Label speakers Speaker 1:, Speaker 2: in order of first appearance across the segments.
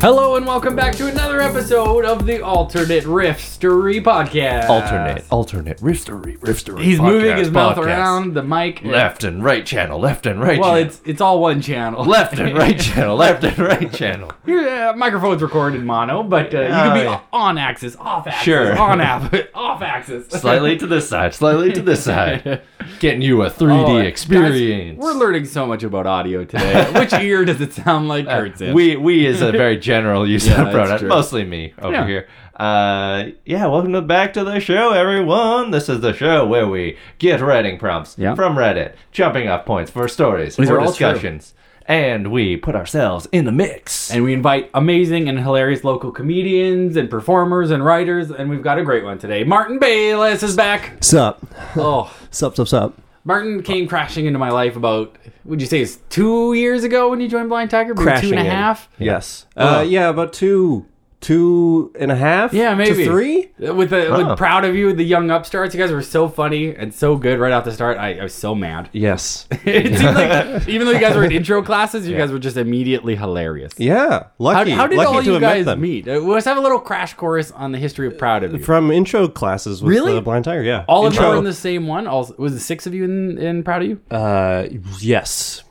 Speaker 1: Hello and welcome back to another episode of the Alternate Riffstery Podcast.
Speaker 2: alternate, alternate, riftery, riftery.
Speaker 1: He's moving his
Speaker 2: podcast,
Speaker 1: mouth
Speaker 2: podcast.
Speaker 1: around the mic.
Speaker 2: Left and right channel, left and right
Speaker 1: Well,
Speaker 2: channel.
Speaker 1: it's it's all one channel.
Speaker 2: left and right channel, left and right channel.
Speaker 1: Your uh, microphone's recorded mono, but uh, you can be
Speaker 2: Uh,
Speaker 1: on axis, off axis,
Speaker 2: Sure.
Speaker 1: on app, off axis.
Speaker 2: Slightly to this side, slightly to this side. Getting you a 3D
Speaker 1: Oh, guys,
Speaker 2: experience.
Speaker 1: we're learning so much about audio today. Which ear does it sound like?
Speaker 2: Uh,
Speaker 1: Or it's in?
Speaker 2: we we is a very general use
Speaker 1: Yeah,
Speaker 2: of
Speaker 1: that's
Speaker 2: pronoun,
Speaker 1: true.
Speaker 2: mostly me over
Speaker 1: Yeah.
Speaker 2: here. Uh, yeah, welcome to back to the show, everyone. This is the show where we get writing prompts
Speaker 1: Yeah.
Speaker 2: from Reddit, jumping off points for stories,
Speaker 1: These
Speaker 2: for
Speaker 1: are all true.
Speaker 2: discussions, and we put ourselves in the mix.
Speaker 1: and we invite amazing and hilarious local comedians and performers and writers, and we've got a great one today. Martin Bayless is back.
Speaker 3: Sup.
Speaker 1: Oh.
Speaker 3: Sup, sup, sup.
Speaker 1: Martin came crashing into my life about would you say it's two years ago when you joined Blind Tiger? Maybe two
Speaker 3: Crashing
Speaker 1: and a
Speaker 3: in.
Speaker 1: half.
Speaker 3: Yes. Uh, yeah, about two, two and a half.
Speaker 1: Yeah, maybe
Speaker 3: to three.
Speaker 1: With the
Speaker 2: Huh.
Speaker 1: with proud of you, the young upstarts. You guys were so funny and so good right off the start. I, I was so mad.
Speaker 3: Yes.
Speaker 1: it seemed like even though you guys were in intro classes, you guys were just immediately hilarious.
Speaker 3: Yeah.
Speaker 1: How,
Speaker 3: Lucky.
Speaker 1: how did
Speaker 3: lucky
Speaker 1: all
Speaker 3: to
Speaker 1: you
Speaker 3: have met
Speaker 1: guys
Speaker 3: them.
Speaker 1: meet? Uh, let's have a little crash course on the history of proud of you.
Speaker 3: From intro classes with
Speaker 1: Really?
Speaker 3: the Blind Tiger. Yeah.
Speaker 1: all of you
Speaker 3: intro.
Speaker 1: were in the same one. All was the six of you in, in proud of you?
Speaker 3: Uh, yes.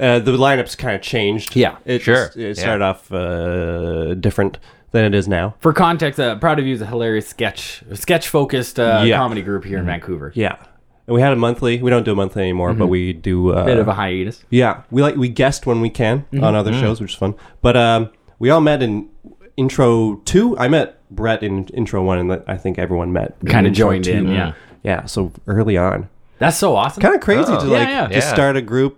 Speaker 3: Uh, the lineups kind of changed.
Speaker 1: Yeah,
Speaker 3: It
Speaker 2: sure.
Speaker 3: just- it
Speaker 2: Yeah.
Speaker 3: started off uh, different than it is now.
Speaker 1: For context, uh, proud of you is a hilarious sketch sketch focused uh,
Speaker 3: Yeah. Mm-hmm.
Speaker 1: comedy group here in Vancouver.
Speaker 3: Yeah. And we had a monthly. We don't do a monthly anymore, but we do. Uh,
Speaker 1: Bit of a hiatus.
Speaker 3: Yeah, we like we guest when we can
Speaker 1: Mm-hmm.
Speaker 3: on
Speaker 1: Mm.
Speaker 3: other shows, which is fun. But um, we all met in intro two. I met Brett in intro one, and I think everyone met in
Speaker 1: Kinda
Speaker 3: intro
Speaker 1: joined in, yeah.
Speaker 3: yeah. So early on,
Speaker 1: That's so awesome.
Speaker 3: kind of crazy to like
Speaker 1: yeah.
Speaker 3: just
Speaker 2: Oh. Yeah.
Speaker 3: start a group.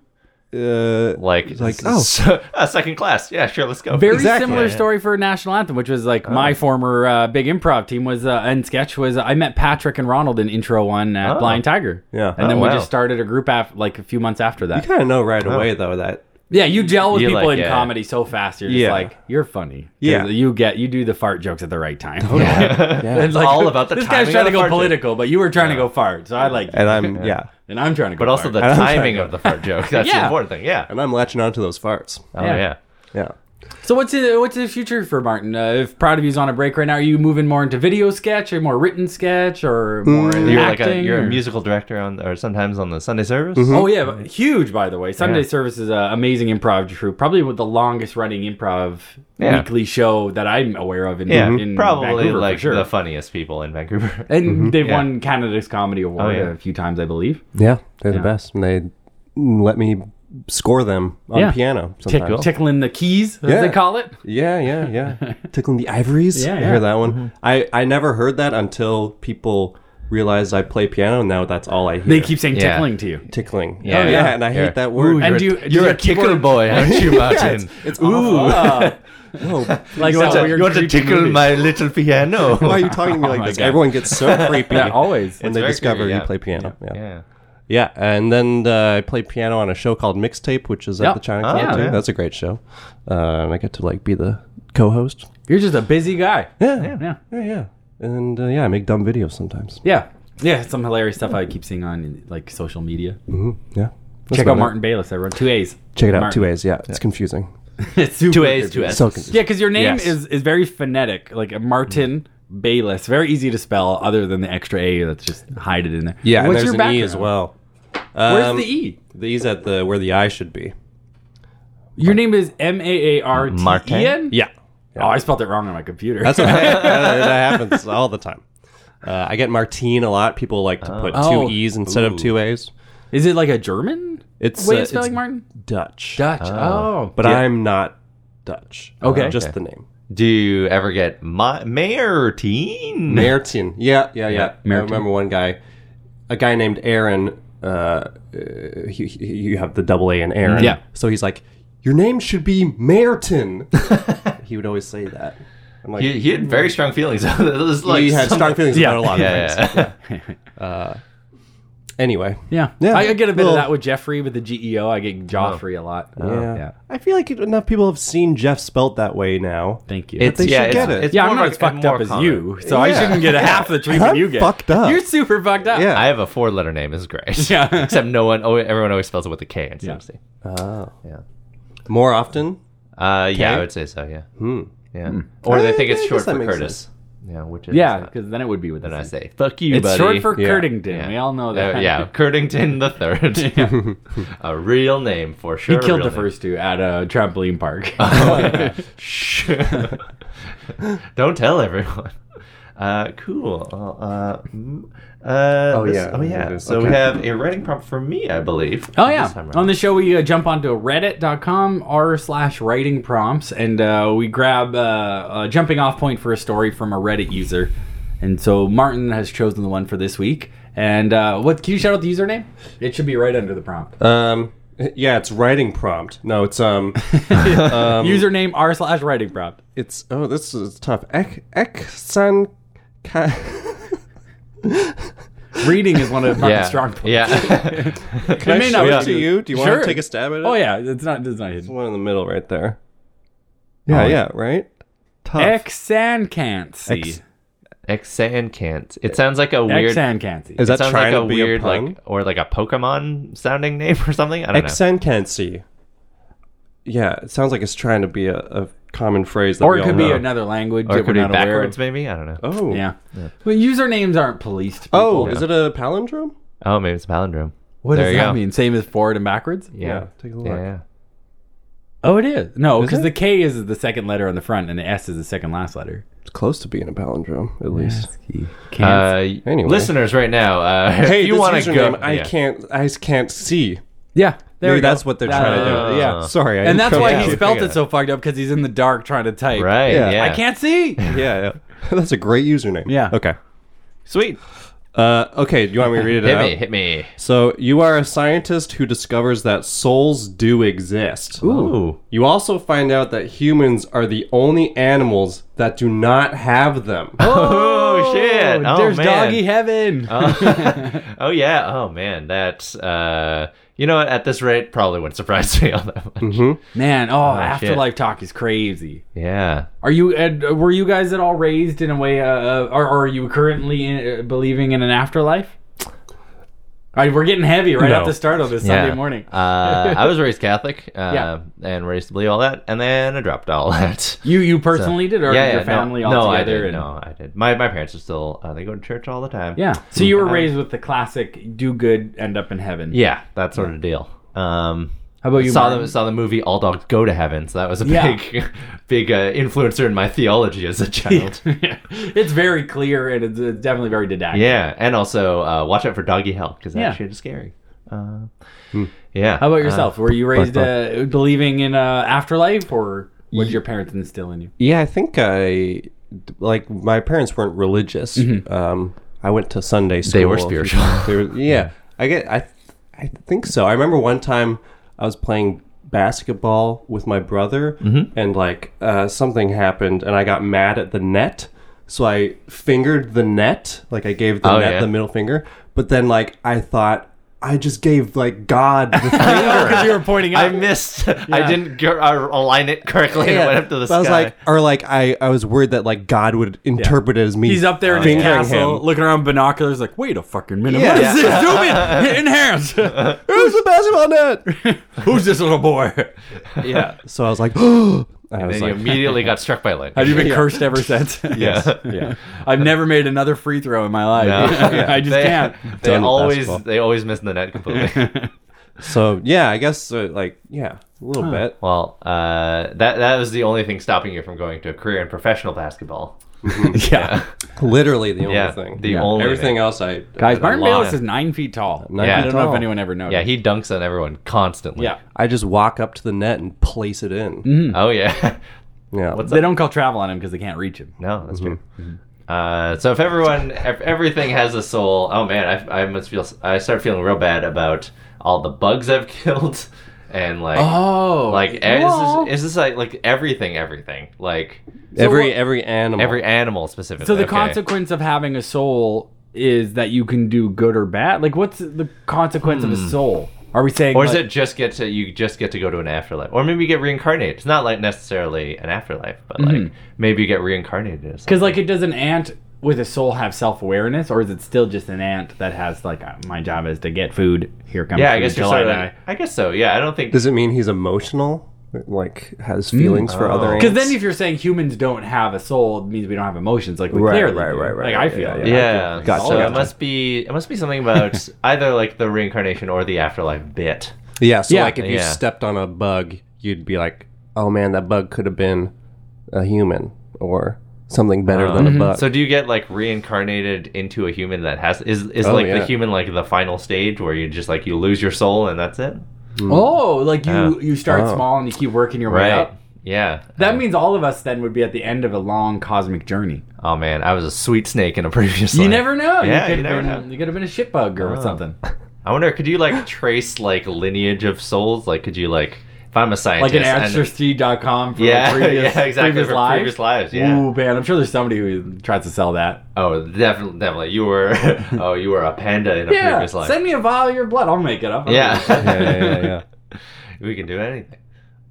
Speaker 3: Uh,
Speaker 2: like,
Speaker 3: like,
Speaker 2: oh, uh, second class. Yeah, sure, let's go.
Speaker 1: Very
Speaker 3: Exactly.
Speaker 1: similar
Speaker 3: Yeah.
Speaker 1: story for National Anthem, which was like my former uh, big improv team was uh, and sketch was I met Patrick and Ronald in intro one at Blind Tiger.
Speaker 3: Oh. Yeah.
Speaker 1: and then
Speaker 2: Oh,
Speaker 1: we
Speaker 2: wow.
Speaker 1: just started a group af- like a few months after that.
Speaker 3: you kind of know
Speaker 2: Oh.
Speaker 3: right away though that
Speaker 1: Yeah, you gel with
Speaker 2: You
Speaker 1: people
Speaker 2: like,
Speaker 1: in
Speaker 2: yeah.
Speaker 1: comedy so fast. You're just
Speaker 3: Yeah.
Speaker 1: like you're funny. 'Cause
Speaker 3: Yeah. Oh,
Speaker 1: you get you do the fart jokes at the right time.
Speaker 3: yeah.
Speaker 2: It's all about the
Speaker 1: this
Speaker 2: timing
Speaker 1: guy's trying to
Speaker 2: of the
Speaker 1: go
Speaker 2: fart joke.
Speaker 1: political, but you were trying to go fart, so I like you.
Speaker 3: and I'm yeah,
Speaker 1: and I'm trying to go.
Speaker 2: But also the
Speaker 1: fart.
Speaker 2: timing of the fart joke. That's
Speaker 1: Yeah.
Speaker 2: the important thing. Yeah.
Speaker 3: and I'm latching onto those farts.
Speaker 2: Oh,
Speaker 1: Yeah.
Speaker 2: yeah.
Speaker 3: Yeah,
Speaker 1: so what's the, what's the future for Martin? Uh, if Proud of You's on a break right now, are you moving more into video sketch or more written sketch or more
Speaker 2: Mm. You're
Speaker 1: acting?
Speaker 2: like a you're
Speaker 1: or-
Speaker 2: a musical director on or sometimes on the Sunday service.
Speaker 1: Oh yeah, but huge by the way. Sunday Service is an amazing improv troupe, probably with the longest running improv
Speaker 2: Yeah.
Speaker 1: weekly show that I'm aware of in,
Speaker 2: Yeah,
Speaker 1: in
Speaker 2: probably
Speaker 1: Vancouver,
Speaker 2: like
Speaker 1: for sure.
Speaker 2: the funniest people in Vancouver.
Speaker 1: and they've
Speaker 2: Yeah.
Speaker 1: won Canada's Comedy Award
Speaker 2: Oh, yeah.
Speaker 1: a few times, I believe.
Speaker 3: yeah, they're
Speaker 1: Yeah.
Speaker 3: the best, and they let me score them on
Speaker 1: Yeah.
Speaker 3: piano.
Speaker 1: Tick-
Speaker 3: Sometimes.
Speaker 1: tickling the keys, as
Speaker 3: Yeah.
Speaker 1: they call it.
Speaker 3: Yeah, yeah, yeah. Tickling the ivories.
Speaker 1: Yeah,
Speaker 3: I
Speaker 1: yeah. Mm-hmm.
Speaker 3: hear that one. I I never heard that until people realized I play piano. and Now that's all I hear.
Speaker 1: They keep saying
Speaker 2: Yeah.
Speaker 1: tickling to you.
Speaker 3: tickling.
Speaker 2: Yeah,
Speaker 3: Yeah, oh, yeah,
Speaker 2: yeah.
Speaker 3: and I
Speaker 2: Yeah.
Speaker 3: hate that word.
Speaker 1: And do you- do you
Speaker 2: You're a
Speaker 1: have keyboard-
Speaker 2: tickle boy, aren't you, Martin?
Speaker 3: it's awful.
Speaker 1: Like
Speaker 2: Oh. you want,
Speaker 1: that
Speaker 2: to,
Speaker 1: weird
Speaker 2: you want to
Speaker 1: creepy
Speaker 2: tickle
Speaker 1: movie.
Speaker 2: my little piano?
Speaker 3: Why are you talking to me like
Speaker 1: Oh my
Speaker 3: this?
Speaker 1: God.
Speaker 3: Everyone gets so creepy
Speaker 1: Yeah, always.
Speaker 3: when
Speaker 2: It's
Speaker 3: they
Speaker 2: very
Speaker 3: discover
Speaker 2: creepy,
Speaker 3: you
Speaker 2: yeah.
Speaker 3: play piano. Yeah, yeah.
Speaker 2: yeah.
Speaker 3: and then uh, I play piano on a show called Mixtape, which is
Speaker 1: Yeah.
Speaker 3: at the China
Speaker 2: Oh,
Speaker 3: Club too.
Speaker 2: yeah.
Speaker 3: That's a great show, uh, and I get to like be the co-host.
Speaker 1: You're just a busy guy.
Speaker 3: Yeah, yeah,
Speaker 1: Yeah.
Speaker 3: yeah, yeah. and uh, yeah, I make dumb videos sometimes.
Speaker 1: Yeah. Yeah, some hilarious stuff I keep seeing on like social media.
Speaker 3: Yeah, That's
Speaker 1: Check
Speaker 3: about
Speaker 1: out
Speaker 3: it.
Speaker 1: Martin Bayless. I wrote two A's.
Speaker 3: Check it out.
Speaker 1: Martin.
Speaker 3: Two A's. Yeah, it's confusing.
Speaker 1: It's super
Speaker 2: Two A's,
Speaker 1: good.
Speaker 2: two S's.
Speaker 3: So confusing.
Speaker 1: Yeah, because your name
Speaker 2: Yes.
Speaker 1: is is very phonetic, like a Martin Bayless. Very easy to spell, other than the extra a that's just hide it in there.
Speaker 3: Yeah,
Speaker 1: what's
Speaker 3: and
Speaker 1: your
Speaker 3: there's an
Speaker 1: background?
Speaker 3: E as well.
Speaker 1: Where's
Speaker 3: Um,
Speaker 1: the e?
Speaker 3: The E's at the where the I should be.
Speaker 1: Your name is M A A R T E N.
Speaker 2: Martin?
Speaker 3: Yeah,
Speaker 1: Oh, I spelled it wrong on my computer.
Speaker 3: that's what that happens all the time. Uh, I get Martine a lot. People like to put two
Speaker 1: Oh.
Speaker 3: E's instead of two A's.
Speaker 1: is it like a German
Speaker 3: It's,
Speaker 1: way
Speaker 3: uh,
Speaker 1: of spelling
Speaker 3: it's
Speaker 1: Martin?
Speaker 3: Dutch,
Speaker 1: Dutch. Oh,
Speaker 3: but I'm not Dutch.
Speaker 1: Okay.
Speaker 3: just
Speaker 2: Okay.
Speaker 3: the name.
Speaker 2: Do you ever get Ma- Martin?
Speaker 3: Martin. Yeah, yeah, yeah. I
Speaker 1: Martin.
Speaker 3: remember one guy, a guy named Aaron. Uh, uh, he, he- you have the double A in Aaron.
Speaker 1: Yeah.
Speaker 3: So he's like, your name should be Martin. he would always say that. I'm like,
Speaker 2: He, he had very strong feelings. It was like
Speaker 3: he had
Speaker 2: some-
Speaker 3: strong feelings
Speaker 1: Yeah.
Speaker 3: about a lot of
Speaker 2: Yeah,
Speaker 3: things.
Speaker 2: yeah.
Speaker 3: Anyway,
Speaker 1: yeah.
Speaker 3: Yeah.
Speaker 1: I, I get a bit
Speaker 3: Well-
Speaker 1: of that with Jeffrey with the G E O. I get Joffrey a lot.
Speaker 3: yeah. I feel like enough people have seen Jeff spelt that way now.
Speaker 1: Thank you.
Speaker 2: It's,
Speaker 3: They
Speaker 2: yeah,
Speaker 3: should
Speaker 2: it's,
Speaker 3: get it.
Speaker 2: it's
Speaker 1: yeah, I'm not
Speaker 2: more of
Speaker 1: as
Speaker 2: a-
Speaker 1: fucked
Speaker 2: more
Speaker 1: up as
Speaker 2: common.
Speaker 1: you, so I shouldn't get half the treatment
Speaker 3: I'm
Speaker 1: you get.
Speaker 3: fucked up.
Speaker 1: You're super fucked up.
Speaker 3: Yeah.
Speaker 2: I have a four-letter name. This is great.
Speaker 1: Yeah.
Speaker 2: Except no one. Oh, everyone always spells it with a K instead of C.
Speaker 3: Oh.
Speaker 2: Yeah.
Speaker 3: More often,
Speaker 2: Uh, yeah,
Speaker 3: K? Uh,
Speaker 2: I would say so. Yeah. Yeah. Or they think it's
Speaker 3: I
Speaker 2: short
Speaker 3: guess that
Speaker 2: for
Speaker 3: makes
Speaker 2: Curtis. Yeah, which is
Speaker 1: Yeah,
Speaker 2: not.
Speaker 1: because then it would be with
Speaker 2: Then
Speaker 1: an
Speaker 2: I
Speaker 1: S.
Speaker 2: say, fuck you,
Speaker 1: It's
Speaker 2: buddy.
Speaker 1: short for
Speaker 3: Yeah.
Speaker 1: Curtington.
Speaker 2: Yeah.
Speaker 1: We all know that.
Speaker 2: Uh, yeah, Curtington the Third. a real name for
Speaker 1: He
Speaker 2: sure.
Speaker 1: killed the
Speaker 2: a real
Speaker 1: first two at a trampoline park.
Speaker 2: name. Shh. Don't tell everyone. Uh, cool. Well, Uh, mm, uh,
Speaker 3: Oh,
Speaker 2: this-
Speaker 3: yeah,
Speaker 2: Oh
Speaker 3: it
Speaker 2: yeah.
Speaker 3: is.
Speaker 2: So we
Speaker 3: Okay.
Speaker 2: have a writing prompt for me, I believe.
Speaker 1: Oh
Speaker 2: this
Speaker 1: yeah!
Speaker 2: time around.
Speaker 1: On the show, we uh, jump onto reddit.com r slash writing prompts, and uh, we grab uh, a jumping off point for a story from a Reddit user. And so Martin has chosen the one for this week. And uh, what can you shout out the username? It should be right under the prompt.
Speaker 3: Um, yeah, it's writing prompt. No, it's um,
Speaker 1: username r slash writing prompt.
Speaker 3: it's oh, this is tough. Ek ek san. Ka-
Speaker 1: Reading is one of Martin's
Speaker 2: yeah.
Speaker 1: Oh, strong points.
Speaker 2: Yeah.
Speaker 3: Can
Speaker 1: It
Speaker 3: I
Speaker 1: may not
Speaker 3: show it
Speaker 1: be-
Speaker 3: to you? Do you want
Speaker 1: Sure.
Speaker 3: to take a stab at it?
Speaker 1: Oh yeah, Oh, it's not it's not
Speaker 3: The
Speaker 1: hidden.
Speaker 3: one in the middle right there. Yeah, yeah, right? Tough.
Speaker 1: Exancancy.
Speaker 3: Ex-
Speaker 2: Exancant. It sounds like a weird.
Speaker 1: Exancancy.
Speaker 3: Is
Speaker 2: It
Speaker 3: that
Speaker 2: sounds
Speaker 3: trying
Speaker 2: like a
Speaker 3: to be
Speaker 2: weird,
Speaker 3: a pun?
Speaker 2: like, or like a Pokemon sounding name or something. I don't know.
Speaker 3: Exancancy. Yeah, it sounds like it's trying to be a, a common phrase. That
Speaker 1: or
Speaker 3: we
Speaker 1: it
Speaker 3: all
Speaker 1: could be
Speaker 3: know.
Speaker 1: another language.
Speaker 2: Or
Speaker 1: that
Speaker 2: it could
Speaker 1: we're
Speaker 2: be
Speaker 1: not aware of.
Speaker 2: backwards, maybe. I don't know.
Speaker 3: Oh.
Speaker 1: Yeah. But usernames aren't policed. People.
Speaker 3: Oh, is it a palindrome?
Speaker 2: Oh, maybe it's a palindrome.
Speaker 1: What
Speaker 2: there
Speaker 1: does
Speaker 2: you
Speaker 1: that
Speaker 2: go.
Speaker 1: mean? Same as forward and backwards?
Speaker 2: Yeah.
Speaker 3: Take a look.
Speaker 2: Yeah, yeah.
Speaker 1: Oh, it is. No, because
Speaker 3: it?
Speaker 1: the K is the second letter on the front, and the S is the second last letter.
Speaker 3: It's close to being a palindrome, at least.
Speaker 1: Can't-
Speaker 2: Uh,
Speaker 3: Anyway.
Speaker 2: Listeners, right now, uh,
Speaker 3: Hey,
Speaker 2: if you
Speaker 3: this
Speaker 2: want to go,
Speaker 3: username, I
Speaker 2: yeah.
Speaker 3: can't. I can't see.
Speaker 1: yeah, there
Speaker 3: Maybe
Speaker 1: we go.
Speaker 3: that's what they're
Speaker 1: That-
Speaker 3: trying to
Speaker 2: uh,
Speaker 3: do. Yeah, sorry. I
Speaker 1: Uh-huh. and
Speaker 3: didn't
Speaker 1: that's
Speaker 3: come
Speaker 1: why
Speaker 3: up
Speaker 1: he
Speaker 3: with-
Speaker 1: spelled it so fucked up because he's in the dark trying to type.
Speaker 2: Right? Yeah.
Speaker 3: Yeah.
Speaker 1: I can't see.
Speaker 3: Yeah, yeah. that's a great username.
Speaker 1: Yeah.
Speaker 3: Okay.
Speaker 2: Sweet.
Speaker 3: Uh, okay. Do you want me to read it
Speaker 2: Hit
Speaker 3: out?
Speaker 2: me. Hit me.
Speaker 3: So you are a scientist who discovers that souls do exist.
Speaker 2: Ooh.
Speaker 3: You also find out that humans are the only animals that do not have them.
Speaker 2: Oh, shit. Oh,
Speaker 1: There's
Speaker 2: man. Uh.
Speaker 1: doggy heaven.
Speaker 2: Oh yeah. Oh man. That's uh. You know what? At this rate, probably wouldn't surprise me all that much.
Speaker 3: Mm-hmm.
Speaker 1: Man, oh, afterlife
Speaker 2: shit.
Speaker 1: talk is crazy.
Speaker 2: Yeah.
Speaker 1: Are you? Uh, were you guys at all raised in a way? Uh, uh, or, or are you currently in, uh, believing in an afterlife? All right, we're getting heavy right
Speaker 3: No.
Speaker 1: off the start of this
Speaker 2: Yeah.
Speaker 1: Sunday morning.
Speaker 2: Uh, I was raised Catholic. Uh,
Speaker 1: Yeah.
Speaker 2: And raised to believe all that, and then I dropped all that.
Speaker 1: You you personally did, or your
Speaker 2: no-
Speaker 1: family
Speaker 2: no,
Speaker 1: all
Speaker 2: I
Speaker 1: together?
Speaker 2: did.
Speaker 1: and-
Speaker 2: No, I did. My my parents are still. Uh, they go to church all the time.
Speaker 1: Yeah. So you were raised with the classic "do good, end up in heaven."
Speaker 2: Yeah, that sort of deal. Um,
Speaker 1: How about you,
Speaker 2: Saw
Speaker 1: Martin?
Speaker 2: the saw the movie All Dogs Go to Heaven, so that was a
Speaker 1: Yeah.
Speaker 2: big, big uh, influencer in my theology as a child.
Speaker 1: it's very clear and it's, it's definitely very didactic.
Speaker 2: yeah, and also uh, watch out for doggy hell because that
Speaker 1: Yeah.
Speaker 2: shit is scary. Uh, Yeah.
Speaker 1: How about yourself? were you raised
Speaker 3: bark,
Speaker 1: uh, believing in uh, afterlife, or what did your parents instill in you?
Speaker 3: Yeah, I think I like my parents weren't religious. Um, I went to Sunday school.
Speaker 2: Mm-hmm. were spiritual.
Speaker 3: They were- yeah, I get. I I think so. I remember one time I was playing basketball with my brother,
Speaker 2: Mm-hmm.
Speaker 3: and like uh, something happened, and I got mad at the net. So I fingered the net, like I gave the
Speaker 2: Oh,
Speaker 3: net
Speaker 2: yeah.
Speaker 3: the middle finger. But then, like I thought, I just gave like God the finger.
Speaker 1: Because you were pointing
Speaker 2: I
Speaker 1: out.
Speaker 2: missed. I didn't go, uh, align it correctly. and
Speaker 3: Yeah,
Speaker 2: It went up to the
Speaker 3: but I was
Speaker 2: sky.
Speaker 3: like, or like I, I was worried that like God would interpret it as me.
Speaker 1: He's up there in his
Speaker 3: fingering
Speaker 1: castle,
Speaker 3: him.
Speaker 1: looking around binoculars, like, "Wait a fucking minute!
Speaker 3: Yeah.
Speaker 1: What is this? Zoom in, enhance.
Speaker 3: Who's the basketball net?
Speaker 1: Who's this little boy?
Speaker 3: yeah. So I was like, and I was
Speaker 2: and you
Speaker 3: like,
Speaker 2: immediately got struck by lightning.
Speaker 1: Have you been cursed ever since?
Speaker 2: yeah.
Speaker 3: yeah.
Speaker 1: I've never made another free throw in my life.
Speaker 2: Yeah.
Speaker 1: I just
Speaker 2: they,
Speaker 1: can't.
Speaker 2: They
Speaker 3: Done with
Speaker 2: always
Speaker 3: basketball.
Speaker 2: they always miss the net completely.
Speaker 3: So yeah, I guess uh, like yeah, a little bit.
Speaker 2: well, uh, that that was the only thing stopping you from going to a career in professional basketball.
Speaker 1: yeah.
Speaker 3: Literally the only
Speaker 2: Yeah,
Speaker 3: thing.
Speaker 2: the
Speaker 3: Yeah.
Speaker 2: only
Speaker 3: Everything
Speaker 2: thing.
Speaker 3: else I
Speaker 1: Guys,
Speaker 3: I
Speaker 1: Martin
Speaker 3: lost.
Speaker 1: Bayless is nine feet tall.
Speaker 3: Nine
Speaker 1: I
Speaker 2: Yeah. feet
Speaker 1: don't know if
Speaker 3: tall.
Speaker 1: anyone ever knows.
Speaker 2: Yeah, he dunks on everyone constantly.
Speaker 1: yeah.
Speaker 3: I just walk up to the net and place it in.
Speaker 1: Mm-hmm.
Speaker 2: Oh yeah.
Speaker 3: Yeah.
Speaker 1: They don't call travel on him because they can't reach him.
Speaker 2: No, that's true. Uh, so if everyone, if everything has a soul, oh man, I, I must feel. I start feeling real bad about all the bugs I've killed, and like,
Speaker 1: Oh,
Speaker 2: like
Speaker 1: well.
Speaker 2: is this, is this like like everything, everything, like
Speaker 3: every
Speaker 1: what-
Speaker 3: every animal.
Speaker 2: every animal specifically.
Speaker 1: So the
Speaker 2: okay.
Speaker 1: consequence of having a soul is that you can do good or bad. Like, what's the consequence of a soul? Are we saying?
Speaker 2: Hmm. Or is
Speaker 1: like-
Speaker 2: it just get to you just get to go to an afterlife, or maybe you get reincarnated? It's not like necessarily an afterlife, but like maybe you get reincarnated. Or something.
Speaker 1: Because like, it does an ant with a soul have self awareness, or is it still just an ant that has like uh, my job is to get food? Here comes
Speaker 2: Yeah, I
Speaker 1: food
Speaker 2: guess you're
Speaker 1: till I
Speaker 2: sort of.
Speaker 1: die."
Speaker 2: I guess so. Yeah, I don't think.
Speaker 3: Does it mean he's emotional? like has feelings for other
Speaker 2: Oh.
Speaker 3: ants.
Speaker 1: Because Mm. then, if you're saying humans don't have a soul, it means we don't have emotions. Like we
Speaker 3: Right,
Speaker 1: clearly,
Speaker 3: right,
Speaker 1: do.
Speaker 3: right, right,
Speaker 1: Like I
Speaker 3: right,
Speaker 1: feel,
Speaker 3: yeah,
Speaker 1: it.
Speaker 2: Yeah,
Speaker 3: Gotcha,
Speaker 2: so
Speaker 3: gotcha.
Speaker 2: it must be it must be something about either like the reincarnation or the afterlife bit.
Speaker 3: yeah, so
Speaker 1: Yeah.
Speaker 3: like if you
Speaker 2: Yeah.
Speaker 3: stepped on a bug, you'd be like, "Oh man, that bug could have been a human or something better than a bug."
Speaker 2: Uh-huh. So do you get like reincarnated into a human that has is is
Speaker 3: Oh,
Speaker 2: like
Speaker 3: yeah.
Speaker 2: the human like the final stage where you just like you lose your soul and that's it?
Speaker 1: Oh, like you
Speaker 2: Yeah.
Speaker 1: you start
Speaker 3: Mm. Oh.
Speaker 1: small and you keep working your way
Speaker 2: Right.
Speaker 1: up.
Speaker 2: Yeah.
Speaker 1: That means all of us then would be at the end of a long cosmic journey.
Speaker 2: Oh man, I was a sweet snake in a previous
Speaker 1: You
Speaker 2: life.
Speaker 1: never know.
Speaker 2: Yeah,
Speaker 1: you
Speaker 2: you
Speaker 1: could
Speaker 2: never
Speaker 1: have
Speaker 2: know.
Speaker 1: been, you could have been a shit bug or
Speaker 2: Oh.
Speaker 1: something.
Speaker 2: I wonder could you like trace like lineage of souls? Like could you like if I'm
Speaker 1: Like
Speaker 2: a scientist
Speaker 1: an
Speaker 2: and-
Speaker 1: ancestry.com for like,
Speaker 2: Yeah,
Speaker 1: previous,
Speaker 2: yeah, exactly,
Speaker 1: previous
Speaker 2: for
Speaker 1: lives.
Speaker 2: previous lives, yeah.
Speaker 1: Ooh, man, I'm sure there's somebody who tries to sell that.
Speaker 2: Oh, definitely definitely you were oh, you were a panda in a
Speaker 1: Yeah,
Speaker 2: previous life.
Speaker 1: send me a vial of your blood. I'll make it up.
Speaker 2: yeah.
Speaker 3: yeah, yeah, yeah, yeah.
Speaker 2: we can do anything.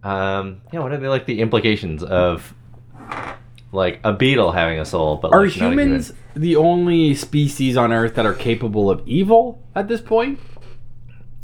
Speaker 2: Um, yeah, what are the like the implications of like a beetle having a soul, but
Speaker 1: Are
Speaker 2: like, not a human?
Speaker 1: humans the only species on Earth that are capable of evil at this point?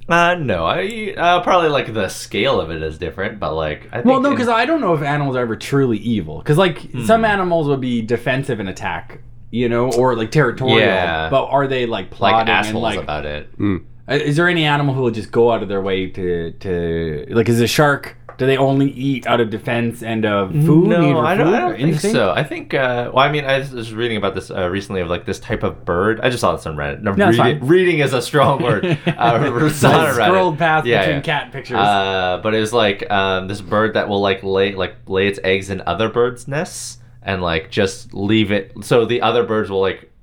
Speaker 2: Uh, no, I uh, probably like the scale of it is different, but like I think
Speaker 1: Well, no,
Speaker 2: in-
Speaker 1: because I don't know if animals are ever truly evil. Because like
Speaker 2: Hmm.
Speaker 1: some animals would be defensive and attack, you know, or like territorial.
Speaker 2: Yeah.
Speaker 1: But are they like
Speaker 2: like
Speaker 1: plotting and
Speaker 2: assholes
Speaker 1: like?
Speaker 2: about it.
Speaker 3: Mm.
Speaker 1: Uh, Is there any animal who will just go out of their way to to like? Is a shark? Do they only eat out of defense and of food? need
Speaker 2: No,
Speaker 1: for
Speaker 2: I don't,
Speaker 1: food
Speaker 2: I
Speaker 1: or
Speaker 2: don't think
Speaker 1: instinct?
Speaker 2: so. I think, uh, well, I mean, I was- was reading about this uh, recently of like this type of bird. I just saw this on Reddit. No,
Speaker 1: No, it's
Speaker 2: reading,
Speaker 1: fine.
Speaker 2: reading is a strong word. Uh, I saw
Speaker 1: I
Speaker 2: it on Reddit.
Speaker 1: scrolled past
Speaker 2: Yeah,
Speaker 1: between
Speaker 2: yeah.
Speaker 1: cat pictures.
Speaker 2: Uh, but it was like um, this bird that will like lay like lay its eggs in other birds' nests and like just leave it. So the other birds will like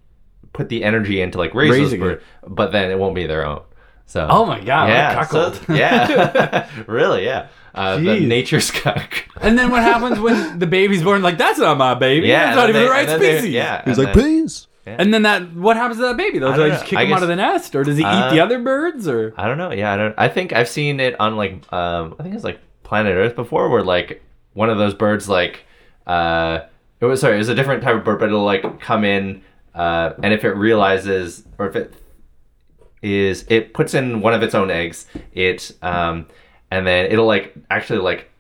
Speaker 2: put the energy into like raise
Speaker 1: Raising
Speaker 2: this bird, but then it won't be their own. So
Speaker 1: oh my god!
Speaker 2: yeah,
Speaker 1: what a
Speaker 2: so-
Speaker 1: cuckold.
Speaker 2: yeah, really, yeah. Uh, the
Speaker 1: Jeez.
Speaker 2: nature's cuck.
Speaker 1: and then what happens when the baby's born? Like that's not my baby.
Speaker 2: Yeah,
Speaker 1: that's not
Speaker 2: and
Speaker 1: even
Speaker 2: they-
Speaker 1: the right
Speaker 2: and then they-
Speaker 1: species.
Speaker 2: Yeah,
Speaker 3: He's
Speaker 2: and
Speaker 3: like,
Speaker 2: then-
Speaker 3: "Please."
Speaker 1: And then that what happens to that baby? Though
Speaker 2: I
Speaker 1: do they
Speaker 2: don't
Speaker 1: just
Speaker 2: know.
Speaker 1: kick
Speaker 2: I
Speaker 1: him out of
Speaker 2: guess-
Speaker 1: the nest, or does he
Speaker 2: Uh,
Speaker 1: eat the other birds? Or
Speaker 2: I don't know. Yeah, I don't. I think I've seen it on like um, I think it's like Planet Earth before, where like one of those birds like uh, it was sorry, it was a different type of bird, but it'll like come in uh, and if it realizes or if it is it puts in one of its own eggs, it um, and then it'll like actually like.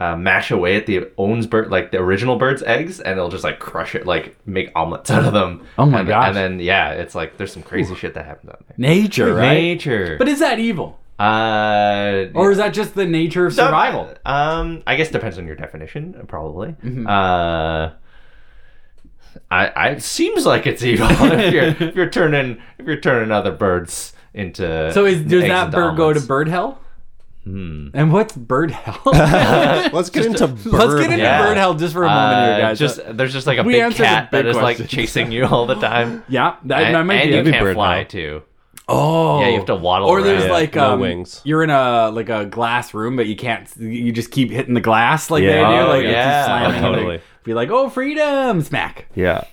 Speaker 2: Uh, mash away at the owns bird like the original bird's eggs and it'll just like crush it like make omelets out of them
Speaker 1: Oh my
Speaker 2: and,
Speaker 1: gosh.
Speaker 2: and then yeah it's like there's some crazy shit that happens out there
Speaker 1: nature, right?
Speaker 2: nature
Speaker 1: But is that evil,
Speaker 2: uh,
Speaker 1: or is that just the nature of survival?
Speaker 2: Um, I guess depends on your definition, probably.
Speaker 1: Mm-hmm.
Speaker 2: Uh, I, I seems like it's evil if you're if you're turning if you're turning other birds into.
Speaker 1: So is does
Speaker 2: eggs
Speaker 1: that
Speaker 2: into
Speaker 1: bird go to
Speaker 2: omelets.
Speaker 1: bird hell?
Speaker 2: Hmm.
Speaker 1: And what's bird hell? Let's
Speaker 3: Let's get into bird.
Speaker 1: get into
Speaker 2: Yeah.
Speaker 1: bird hell just for a moment
Speaker 2: Uh,
Speaker 1: here, guys.
Speaker 2: Just there's just like a
Speaker 1: We
Speaker 2: big
Speaker 1: answered the
Speaker 2: cat
Speaker 1: big
Speaker 2: that is like
Speaker 1: questions.
Speaker 2: chasing you all the time.
Speaker 1: yeah, that,
Speaker 2: and,
Speaker 1: that might
Speaker 2: and
Speaker 1: be
Speaker 2: you
Speaker 1: it.
Speaker 2: can't
Speaker 3: bird
Speaker 2: fly
Speaker 3: now.
Speaker 2: too.
Speaker 1: Oh,
Speaker 2: Yeah, you have to waddle
Speaker 1: Or there's
Speaker 2: around.
Speaker 1: like
Speaker 3: No
Speaker 1: um,
Speaker 3: wings.
Speaker 1: You're in a like a glass room, but you can't. You just keep hitting the glass like
Speaker 3: Yeah.
Speaker 1: they do,
Speaker 3: Oh,
Speaker 1: like it's just
Speaker 2: yeah.
Speaker 1: slamming.
Speaker 3: Totally.
Speaker 1: Like, be like, oh, freedom, smack.
Speaker 3: Yeah.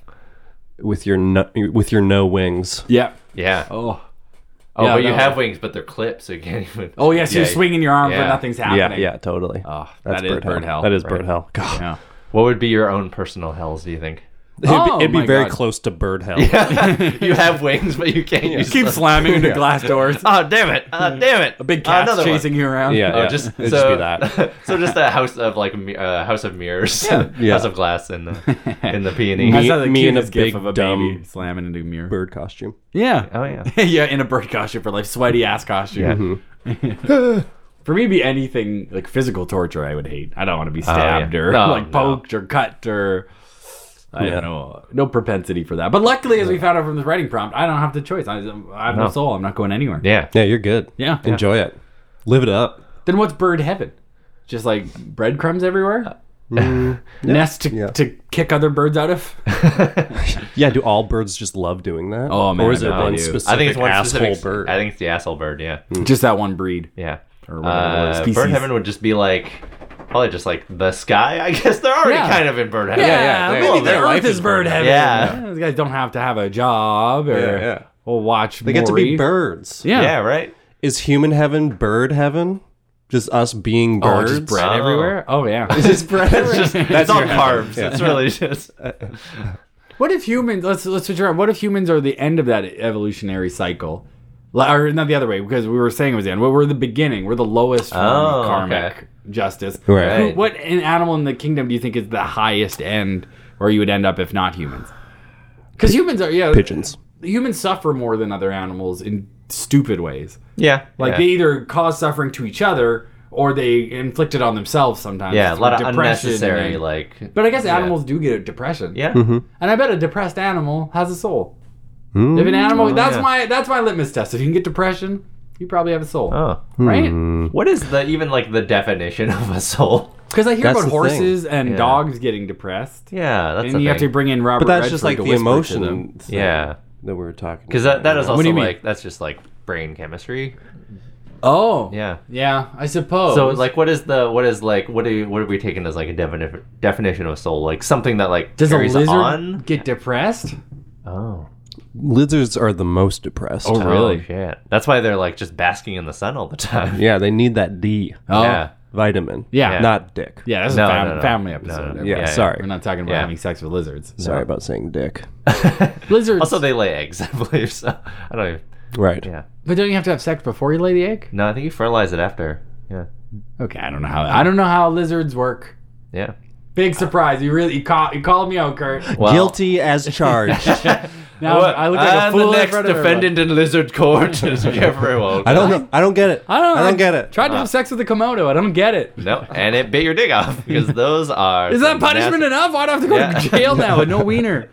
Speaker 3: With your no, with your no wings.
Speaker 1: Yeah.
Speaker 2: Yeah. Oh,
Speaker 1: Oh. Yeah,
Speaker 2: but you
Speaker 1: no.
Speaker 2: have wings, but they're clipped, so you can't even.
Speaker 1: Oh yes,
Speaker 2: yeah,
Speaker 1: you're swinging your arm, but
Speaker 2: Yeah.
Speaker 1: nothing's
Speaker 3: Yeah,
Speaker 1: happening.
Speaker 3: yeah, totally.
Speaker 1: Oh, that's bird, hell.
Speaker 3: Ah, That is bird hell. God.
Speaker 1: Yeah.
Speaker 2: What would be your own personal hells? Do you think?
Speaker 3: It'd,
Speaker 1: Oh,
Speaker 3: be, it'd
Speaker 1: my
Speaker 3: be very
Speaker 1: God.
Speaker 3: close to bird hell.
Speaker 2: you have wings, but you can't use
Speaker 1: You keep
Speaker 2: them.
Speaker 1: slamming into glass doors.
Speaker 2: Oh damn it! Oh damn it! A
Speaker 1: Big cats chasing you around.
Speaker 3: Yeah.
Speaker 2: Oh, just
Speaker 3: It'd just
Speaker 2: so
Speaker 3: be that.
Speaker 2: so just a house of like mi- uh, house of mirrors,
Speaker 3: Yeah.
Speaker 2: house of glass in the in the peony.
Speaker 1: I
Speaker 3: Me-
Speaker 1: saw the
Speaker 3: me and a
Speaker 1: cutest gif
Speaker 3: big,
Speaker 1: of a baby
Speaker 3: dumb
Speaker 1: slamming into a mirror.
Speaker 3: Bird costume.
Speaker 1: Yeah.
Speaker 2: oh yeah,
Speaker 1: yeah, in a bird costume for life, sweaty ass costume.
Speaker 2: yeah.
Speaker 1: For me, it'd be anything like physical torture. I would hate. I don't want to be stabbed
Speaker 2: yeah.
Speaker 1: or
Speaker 2: No,
Speaker 1: like
Speaker 2: no.
Speaker 1: poked or cut or. I
Speaker 3: Yeah.
Speaker 1: don't know. No propensity for that. But luckily, as we found out from this writing prompt, I don't have the choice. I, I have no.
Speaker 2: No.
Speaker 1: soul. I'm not going anywhere.
Speaker 2: yeah.
Speaker 3: Yeah, you're good.
Speaker 1: Yeah.
Speaker 3: Enjoy it. Live it up.
Speaker 1: Then what's bird heaven? Just like breadcrumbs everywhere? Nest to,
Speaker 3: Yeah.
Speaker 1: to kick other birds out of?
Speaker 3: Yeah, do all birds just love doing that?
Speaker 1: Oh, man,
Speaker 3: Or is
Speaker 1: I
Speaker 3: it
Speaker 1: bet they
Speaker 3: one
Speaker 1: do.
Speaker 3: specific
Speaker 2: I think it's one
Speaker 3: asshole
Speaker 2: specific
Speaker 3: bird?
Speaker 2: I think it's the asshole bird. Yeah,
Speaker 1: Just that one breed.
Speaker 2: yeah.
Speaker 1: Hmm. Or whatever
Speaker 2: Uh,
Speaker 1: species.
Speaker 2: bird heaven would just be like probably just like the sky. I guess they're already
Speaker 1: Yeah.
Speaker 2: kind of in bird heaven.
Speaker 3: yeah, they-
Speaker 1: Maybe
Speaker 3: well,
Speaker 1: the
Speaker 3: their
Speaker 1: earth
Speaker 3: life
Speaker 1: is
Speaker 3: is
Speaker 1: bird
Speaker 3: bird
Speaker 1: heaven.
Speaker 2: Yeah.
Speaker 1: These guys don't have to have a job or
Speaker 3: Yeah, yeah.
Speaker 1: or watch
Speaker 3: They get to be birds.
Speaker 1: Yeah.
Speaker 2: yeah, right.
Speaker 3: Is human heaven bird heaven? Just us being
Speaker 1: Oh,
Speaker 3: birds?
Speaker 1: just bread
Speaker 2: Oh.
Speaker 1: everywhere? Oh, yeah.
Speaker 3: Just bread.
Speaker 2: That's it's all carbs. It's really just
Speaker 1: what if humans, let's, let's switch around. What if humans are the end of that evolutionary cycle? La- Or not the other way, because we were saying it was the end. Well, we're the beginning. We're the lowest form of
Speaker 2: Oh,
Speaker 1: karmic
Speaker 2: okay.
Speaker 1: justice.
Speaker 3: Right.
Speaker 1: Who- what an animal in the kingdom do you think is the highest end where you would end up if not humans? Because humans are, yeah.
Speaker 3: Pigeons.
Speaker 1: Humans suffer more than other animals in stupid ways.
Speaker 2: Yeah,
Speaker 1: Like
Speaker 2: yeah.
Speaker 1: they either cause suffering to each other or they inflict it on themselves sometimes.
Speaker 2: yeah, a lot
Speaker 1: through
Speaker 2: of
Speaker 1: depression
Speaker 2: unnecessary
Speaker 1: and-
Speaker 2: like.
Speaker 1: But I guess animals do get a depression.
Speaker 2: yeah,
Speaker 1: And I bet a depressed animal has a soul. If an animal, that's
Speaker 2: Hmm. Oh, yeah.
Speaker 1: my that's my litmus test. If you can get depression, you probably have a soul,
Speaker 2: oh,
Speaker 1: right?
Speaker 2: what is the even like the definition of a soul?
Speaker 1: Because I hear about
Speaker 3: That's the thing.
Speaker 1: horses and
Speaker 2: Yeah.
Speaker 1: dogs getting depressed,
Speaker 2: Yeah, that's
Speaker 1: and you have to bring in Robert.
Speaker 3: But that's
Speaker 1: Redford
Speaker 3: just like
Speaker 1: to
Speaker 3: the
Speaker 1: whisper to
Speaker 3: emotion
Speaker 1: them.
Speaker 3: thing
Speaker 2: Yeah.
Speaker 3: that we were talking
Speaker 2: because that that is
Speaker 1: do
Speaker 2: also
Speaker 1: you mean?
Speaker 2: like that's just like brain chemistry.
Speaker 1: Oh,
Speaker 2: Yeah.
Speaker 1: yeah. I suppose.
Speaker 2: So like, what is the what is like what do you, what are we taking as like a defini- definition of a soul? Like something that like
Speaker 1: does a
Speaker 2: carries
Speaker 1: lizard
Speaker 2: on?
Speaker 1: get depressed?
Speaker 2: Oh,
Speaker 3: lizards are the most depressed.
Speaker 1: Oh, Really?
Speaker 2: Oh, shit. That's why they're like just basking in the sun all the time.
Speaker 3: Yeah, they need that D
Speaker 1: Oh,
Speaker 2: Yeah.
Speaker 1: yeah.
Speaker 3: vitamin.
Speaker 1: Yeah.
Speaker 3: not dick.
Speaker 1: That's
Speaker 2: No,
Speaker 1: a fam-
Speaker 2: no, no.
Speaker 1: family
Speaker 2: No,
Speaker 1: episode.
Speaker 2: no, no.
Speaker 3: Yeah,
Speaker 2: Yeah, yeah.
Speaker 3: sorry,
Speaker 1: We're not talking about
Speaker 2: Yeah.
Speaker 1: having sex with lizards.
Speaker 3: sorry about saying dick.
Speaker 1: Oh. Lizards.
Speaker 2: Also, they lay eggs, I believe. So I don't. Even,
Speaker 3: Right.
Speaker 2: yeah.
Speaker 1: but don't you have to have sex before you lay the egg?
Speaker 2: No, I think you fertilize it after. Yeah.
Speaker 1: Okay, I don't know how I don't know how lizards work.
Speaker 2: Yeah. Uh,
Speaker 1: Big surprise! You really you, call, you called me out, Kurt.
Speaker 2: Well,
Speaker 3: Guilty as charged.
Speaker 1: Now Um, I look like a fool in
Speaker 2: the next
Speaker 1: front of
Speaker 2: defendant in lizard court is Jeffrey Walter.
Speaker 3: I don't know. I don't get it.
Speaker 1: I don't,
Speaker 3: I don't get it.
Speaker 1: Tried to
Speaker 2: Uh,
Speaker 1: have sex with a komodo. I don't get it.
Speaker 2: No, and it bit your dick off because those are.
Speaker 1: Is that
Speaker 2: some
Speaker 1: punishment
Speaker 2: nasty-
Speaker 1: enough? Why do I have to go
Speaker 2: Yeah.
Speaker 1: to jail now with no wiener?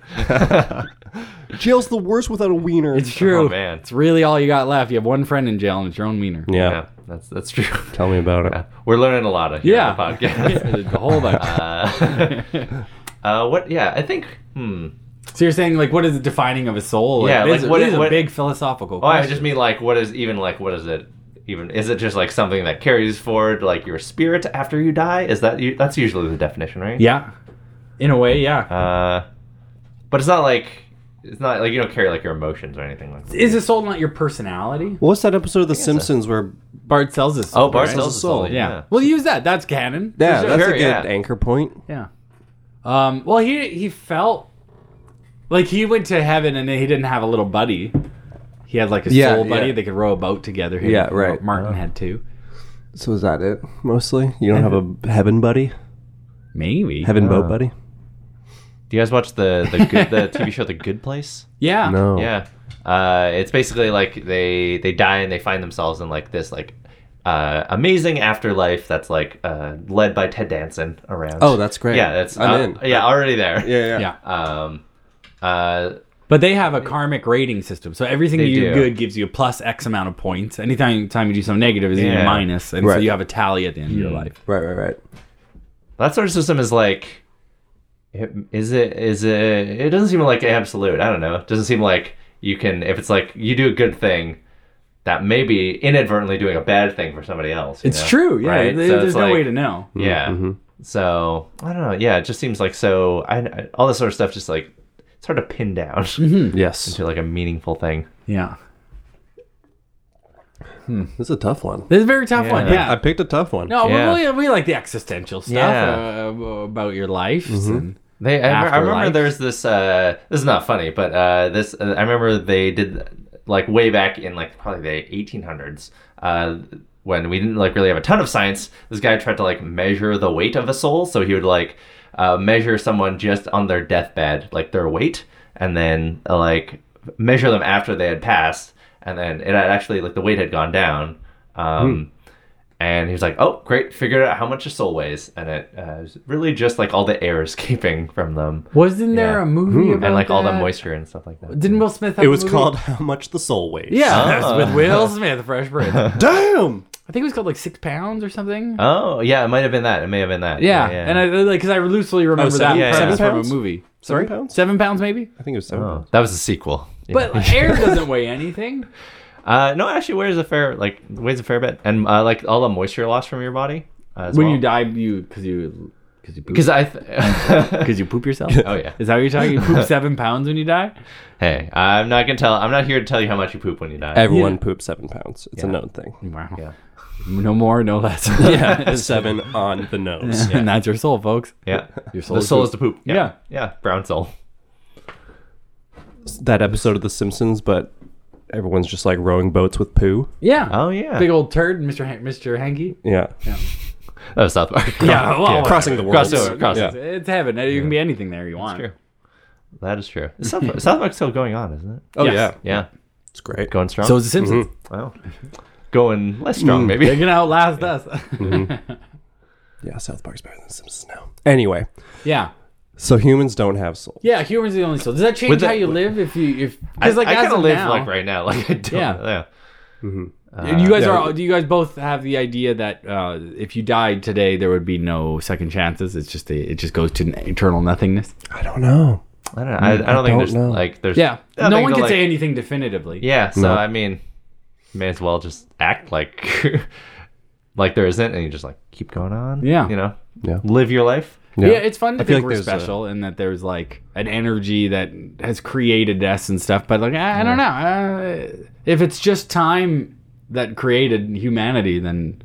Speaker 3: Jail's the worst without a wiener.
Speaker 1: It's true.
Speaker 2: Oh, man.
Speaker 1: It's really all you got left. You have one friend in jail and it's your own wiener.
Speaker 3: yeah.
Speaker 2: Yeah, that's that's true.
Speaker 3: Tell me about it.
Speaker 2: We're learning a lot of here
Speaker 1: Yeah.
Speaker 2: on the podcast.
Speaker 1: the whole bunch.
Speaker 2: Uh, uh, what? Yeah, I think. Hmm.
Speaker 1: so you're saying like what is the defining of a soul?
Speaker 2: Yeah,
Speaker 1: this
Speaker 2: like, what
Speaker 1: this
Speaker 2: is-
Speaker 1: a
Speaker 2: what-
Speaker 1: big philosophical
Speaker 2: Oh, I
Speaker 1: question.
Speaker 2: just mean like, what is even like, what is it? Even is it just like something that carries forward like your spirit after you die? Is that you, that's usually the definition, right?
Speaker 1: yeah. In a way, yeah.
Speaker 2: Uh, but it's not like it's not like you don't carry like your emotions or anything like. that.
Speaker 1: is a soul not your personality?
Speaker 3: What's that episode of The Simpsons where?
Speaker 1: Bart sells his soul.
Speaker 2: Oh, Bart
Speaker 1: right?
Speaker 2: sells
Speaker 3: a
Speaker 2: a
Speaker 3: soul,
Speaker 2: soul.
Speaker 1: Yeah. Well, use that. That's canon.
Speaker 3: Yeah,
Speaker 2: Sure,
Speaker 3: that's a
Speaker 2: sure,
Speaker 3: good
Speaker 2: yeah.
Speaker 3: anchor point.
Speaker 1: Yeah. Um, well, he he felt like he went to heaven and he didn't have a little buddy. He had like a
Speaker 3: Yeah,
Speaker 1: soul buddy.
Speaker 3: yeah.
Speaker 1: They could row a boat together. Him
Speaker 3: Yeah,
Speaker 1: and
Speaker 3: right. Uh-huh.
Speaker 1: Martin had two.
Speaker 3: So is that it? Mostly, you don't have a heaven buddy,
Speaker 1: Maybe.
Speaker 3: heaven boat buddy.
Speaker 2: Do you guys watch the the good, the TV show The Good Place?
Speaker 1: Yeah.
Speaker 3: No.
Speaker 2: Yeah. Uh, it's basically like they they die and they find themselves in like this like uh, amazing afterlife that's like uh, led by Ted Danson around.
Speaker 3: Oh, that's great.
Speaker 2: yeah, that's
Speaker 3: I'm
Speaker 2: uh,
Speaker 3: in.
Speaker 2: Yeah, already there.
Speaker 3: Yeah, yeah.
Speaker 1: Yeah.
Speaker 2: Um, uh,
Speaker 1: But they have a karmic rating system. So everything
Speaker 2: They
Speaker 1: you do
Speaker 2: do.
Speaker 1: good gives you a plus X amount of points. Anytime time you do something negative is even a
Speaker 2: Yeah.
Speaker 1: minus. And so
Speaker 3: Right.
Speaker 1: you have a tally at the end of your life.
Speaker 3: Right, right, right.
Speaker 2: that sort of system is like it, is it is it it doesn't seem like absolute i don't know it doesn't seem like you can if it's like you do a good thing that may be inadvertently doing a bad thing for somebody else you
Speaker 1: It's
Speaker 2: know?
Speaker 1: true. Yeah.
Speaker 2: Right?
Speaker 1: There-
Speaker 2: So
Speaker 1: There's
Speaker 2: it's
Speaker 1: no
Speaker 2: like-
Speaker 1: way to know. Mm-hmm.
Speaker 2: yeah so i don't know yeah it just seems like so I, I- all this sort of stuff just like it's hard to pin down
Speaker 1: Mm-hmm. Hmm.
Speaker 3: Yes,
Speaker 2: to like a meaningful thing
Speaker 1: Yeah.
Speaker 3: it's a tough one.
Speaker 1: This is a very tough one.
Speaker 2: Yeah.
Speaker 1: Yeah.
Speaker 3: I picked a tough one.
Speaker 1: No,
Speaker 2: Yeah.
Speaker 1: we, we, we like the existential stuff
Speaker 2: Yeah.
Speaker 1: uh, about your life. and-
Speaker 2: They, I, I remember
Speaker 1: Afterlife.
Speaker 2: there's this. Uh, this is not funny, but uh, this uh, I remember they did like way back in like probably the 1800s uh, when we didn't like really have a ton of science. This guy tried to like measure the weight of a soul, so he would like uh, measure someone just on their deathbed, like their weight, and then uh, like measure them after they had passed, and then it had actually like the weight had gone down. Um, and he was like, "Oh, great! Figured out how much a soul weighs." And it uh, was really just like all the air escaping from them,
Speaker 1: Wasn't there
Speaker 2: Yeah.
Speaker 1: a movie about
Speaker 2: and like all the
Speaker 1: that?
Speaker 2: moisture and stuff like that.
Speaker 1: Didn't Will Smith? Have
Speaker 3: It
Speaker 1: a
Speaker 3: was
Speaker 1: movie?
Speaker 3: called "How Much the Soul Weighs."
Speaker 1: Yeah, that's with Will Smith, Fresh Prince. I
Speaker 3: Damn.
Speaker 1: think it was called like Six Pounds or something.
Speaker 2: Oh, yeah, it might have been that. It may have been that.
Speaker 1: yeah. Oh, and I like because I loosely remember that
Speaker 3: Seven-
Speaker 2: yeah,
Speaker 1: premise
Speaker 3: Seven
Speaker 1: from a
Speaker 3: Pounds?
Speaker 1: movie.
Speaker 3: Seven pounds.
Speaker 1: Seven pounds, maybe.
Speaker 3: I think it was seven.
Speaker 2: Oh, that was a sequel. Yeah.
Speaker 1: But like, air doesn't weigh anything.
Speaker 2: uh, no, it actually, weighs a fair like weighs a fair bit, and uh, like all the moisture loss from your body uh, as
Speaker 1: When you die, you because you because you
Speaker 2: Because
Speaker 1: poop
Speaker 2: I, th-
Speaker 1: because you poop yourself.
Speaker 2: oh yeah,
Speaker 1: Is that what you're talking? You poop seven pounds when you die.
Speaker 2: hey, I'm not gonna tell. I'm not here to tell you how much you poop when you die.
Speaker 3: Everyone poops seven pounds. It's a known thing.
Speaker 1: Wow.
Speaker 2: Yeah.
Speaker 1: No more, no less.
Speaker 3: Yeah, seven on the nose.
Speaker 1: and that's your soul, folks.
Speaker 2: yeah,
Speaker 1: Your soul.
Speaker 2: the soul is the poop.
Speaker 1: Yeah.
Speaker 2: yeah, brown soul.
Speaker 3: That episode of The Simpsons, but everyone's just like rowing boats with poo.
Speaker 1: Yeah.
Speaker 2: Oh, yeah.
Speaker 1: Big old turd, Mr. Han- Mr. Hanky.
Speaker 3: Yeah.
Speaker 2: That was South Park.
Speaker 1: Yeah, well, whatever.
Speaker 3: Crossing the world.
Speaker 2: Cross over, cross
Speaker 3: Yeah.
Speaker 1: It's, it's heaven. You can be anything there you want.
Speaker 2: True. That is true. Is South, South Park's still going on, isn't it?
Speaker 3: Oh
Speaker 1: Yes.
Speaker 3: yeah.
Speaker 2: Yeah.
Speaker 3: It's great.
Speaker 2: Going strong.
Speaker 1: So is The Simpsons.
Speaker 2: wow. Going less strong, maybe.
Speaker 1: They're gonna outlast us.
Speaker 3: Yeah, South Park's better than Simpsons now. Anyway,
Speaker 1: yeah.
Speaker 3: so humans don't have souls.
Speaker 1: Yeah, humor's the only soul. Does that change
Speaker 2: With the-
Speaker 1: how you live if you if
Speaker 2: I,
Speaker 1: because like
Speaker 2: I
Speaker 1: as
Speaker 2: kind of
Speaker 1: of
Speaker 2: live
Speaker 1: now,
Speaker 2: like right now. Like I don't.
Speaker 1: Yeah.
Speaker 2: Yeah.
Speaker 1: you guys
Speaker 3: Uh, yeah.
Speaker 1: are do you guys both have the idea that uh, if you died today there would be no second chances? It's just a, it just goes to an eternal nothingness.
Speaker 3: I don't know.
Speaker 2: I don't know. I, I don't think
Speaker 3: don't
Speaker 2: there's
Speaker 3: know.
Speaker 2: like there's
Speaker 1: Yeah,
Speaker 2: nothing
Speaker 1: no one
Speaker 2: to,
Speaker 1: can
Speaker 2: like-
Speaker 1: say anything definitively.
Speaker 2: Yeah. So
Speaker 3: No.
Speaker 2: I mean, may as well just act like like there isn't, and you just like keep going on.
Speaker 1: Yeah.
Speaker 2: You know.
Speaker 3: Yeah.
Speaker 2: Live your life.
Speaker 1: Yeah, it's fun to
Speaker 3: feel
Speaker 1: think
Speaker 3: like
Speaker 1: we're
Speaker 3: there's a-
Speaker 1: special and that there's like an energy that has created us and stuff. But like, I, I don't know. Uh, if it's just time that created humanity, then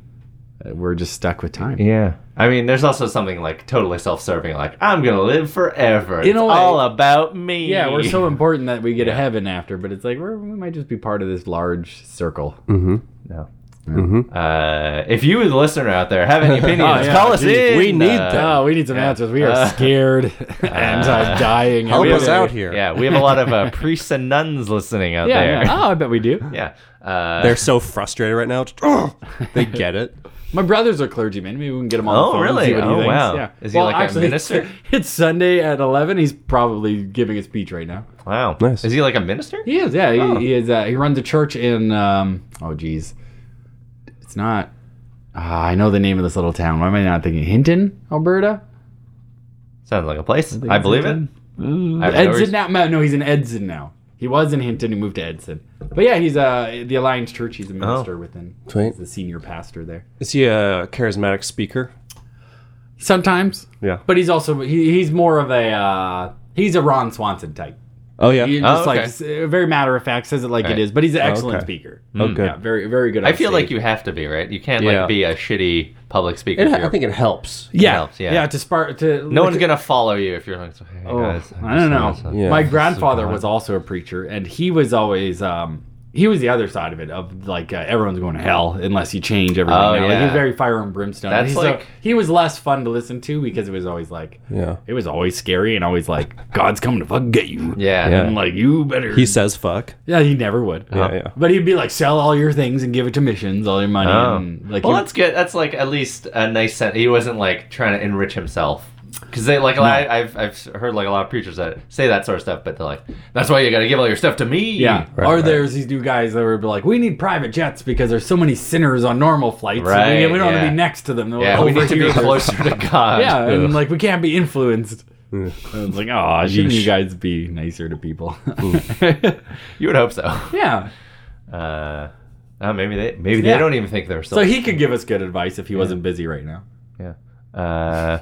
Speaker 1: uh, we're just stuck with time.
Speaker 2: Yeah. I mean, there's also something like totally self-serving, like I'm gonna live forever.
Speaker 1: In
Speaker 2: it's
Speaker 1: a way.
Speaker 2: all about me.
Speaker 1: Yeah, we're so important that we get a heaven after, but it's like we're, we might just be part of this large circle.
Speaker 3: Mm-hmm.
Speaker 2: No. Uh, if you, the listener out there, have any opinions,
Speaker 3: Oh,
Speaker 1: yeah,
Speaker 2: call us
Speaker 1: geez,
Speaker 2: in. uh,
Speaker 1: we
Speaker 2: need
Speaker 1: oh, we need some answers. We are
Speaker 2: Uh,
Speaker 1: scared and uh, dying.
Speaker 3: Help
Speaker 1: We
Speaker 3: us
Speaker 1: have-
Speaker 3: out here.
Speaker 2: Yeah, we have a lot of uh, priests and nuns listening out
Speaker 1: Yeah,
Speaker 2: there.
Speaker 1: yeah. Oh, I bet we do.
Speaker 2: Yeah. Uh,
Speaker 3: They're so frustrated right now. Just, "Ugh." they get it.
Speaker 1: My brothers are clergymen. Maybe we can get him on
Speaker 2: Oh,
Speaker 1: the phone. and
Speaker 2: really?
Speaker 1: see what he
Speaker 2: Oh,
Speaker 1: thinks.
Speaker 2: wow.
Speaker 1: Yeah.
Speaker 2: Is he like a minister?
Speaker 1: It's Sunday at eleven. He's probably giving a speech right now.
Speaker 2: wow.
Speaker 3: Nice.
Speaker 2: Is he like a minister?
Speaker 1: He is. Yeah, he,
Speaker 2: Oh.
Speaker 1: he is. Uh, he runs a church in. Um, oh, geez, it's not. ah, I know the name of this little town. Why am I not thinking Hinton, Alberta?
Speaker 2: Sounds like a place. I, believe it. I have no
Speaker 1: Edson
Speaker 2: reason-
Speaker 1: now? No, no, he's in Edson now. He was in Hinton. He moved to Edson. But yeah, he's uh the Alliance Church. He's a
Speaker 2: Oh.
Speaker 1: minister within.
Speaker 3: Sweet.
Speaker 1: He's the senior pastor there.
Speaker 3: Is he a charismatic speaker?
Speaker 1: Sometimes,
Speaker 3: Yeah.
Speaker 1: but he's also he, he's more of a uh, he's a Ron Swanson type.
Speaker 3: Oh yeah.
Speaker 1: He
Speaker 2: Oh,
Speaker 1: just like
Speaker 2: okay.
Speaker 1: s- uh, very matter of fact says it like
Speaker 2: Right.
Speaker 1: it is. But he's an excellent
Speaker 3: okay.
Speaker 1: speaker.
Speaker 3: Oh, good.
Speaker 1: Yeah, very very good.
Speaker 2: I
Speaker 1: on
Speaker 2: feel
Speaker 1: stage.
Speaker 2: like you have to be right. You can't
Speaker 3: Yeah.
Speaker 2: like be a shitty public speaker.
Speaker 3: It,
Speaker 2: if
Speaker 3: I
Speaker 2: you're-
Speaker 3: think it helps.
Speaker 1: Yeah,
Speaker 2: helps, yeah.
Speaker 1: yeah. To spark to
Speaker 2: no
Speaker 1: like,
Speaker 2: one's gonna follow you if you're like. Hey,
Speaker 1: Oh,
Speaker 2: guys,
Speaker 1: I don't know.
Speaker 2: just-
Speaker 3: Yeah.
Speaker 1: My
Speaker 3: This is
Speaker 1: grandfather was also a preacher, and he was always um, he was the other side of it of like uh, everyone's going to hell unless you change everything.
Speaker 2: Oh,
Speaker 1: now. Like,
Speaker 2: yeah.
Speaker 1: he was very fire and brimstone.
Speaker 2: That's
Speaker 1: He's so-
Speaker 2: like-
Speaker 1: he was less fun to listen to because it was always like
Speaker 3: Yeah.
Speaker 1: it was always scary and always like God's coming to fucking get you.
Speaker 2: Yeah.
Speaker 3: Yeah.
Speaker 1: And like you better.
Speaker 3: He says fuck.
Speaker 1: yeah, he never would.
Speaker 3: Yeah, yeah.
Speaker 1: But he'd be like, sell all your things and give it to missions, all your money.
Speaker 2: Oh.
Speaker 1: And, like,
Speaker 2: well,
Speaker 1: he-
Speaker 2: that's good. That's like at least a nice sense. He wasn't like trying to enrich himself. Because they like a lot, I've I've heard like a lot of preachers that say that sort of stuff, but they're like, that's why you got to give all your stuff to me.
Speaker 1: Yeah.
Speaker 3: Right,
Speaker 1: or
Speaker 3: right.
Speaker 1: there's these new guys that would be like, we need private jets because there's so many sinners on normal flights. and we-
Speaker 2: Right,
Speaker 1: we, don't want
Speaker 2: yeah.
Speaker 1: to be next to them. They're like,
Speaker 2: yeah.
Speaker 1: "Oh,
Speaker 2: We
Speaker 1: over
Speaker 2: need to be
Speaker 1: here.
Speaker 2: closer to God.
Speaker 1: Yeah.
Speaker 2: Ugh.
Speaker 1: And like, we can't be influenced. And it's like, oh, shouldn't you guys be nicer to people?
Speaker 2: Hmm. you would hope so.
Speaker 1: yeah.
Speaker 2: Uh, uh, maybe they maybe they
Speaker 1: Yeah.
Speaker 2: don't even think they're still.
Speaker 1: So he could give us good advice if he wasn't busy right now.
Speaker 2: yeah. Uh,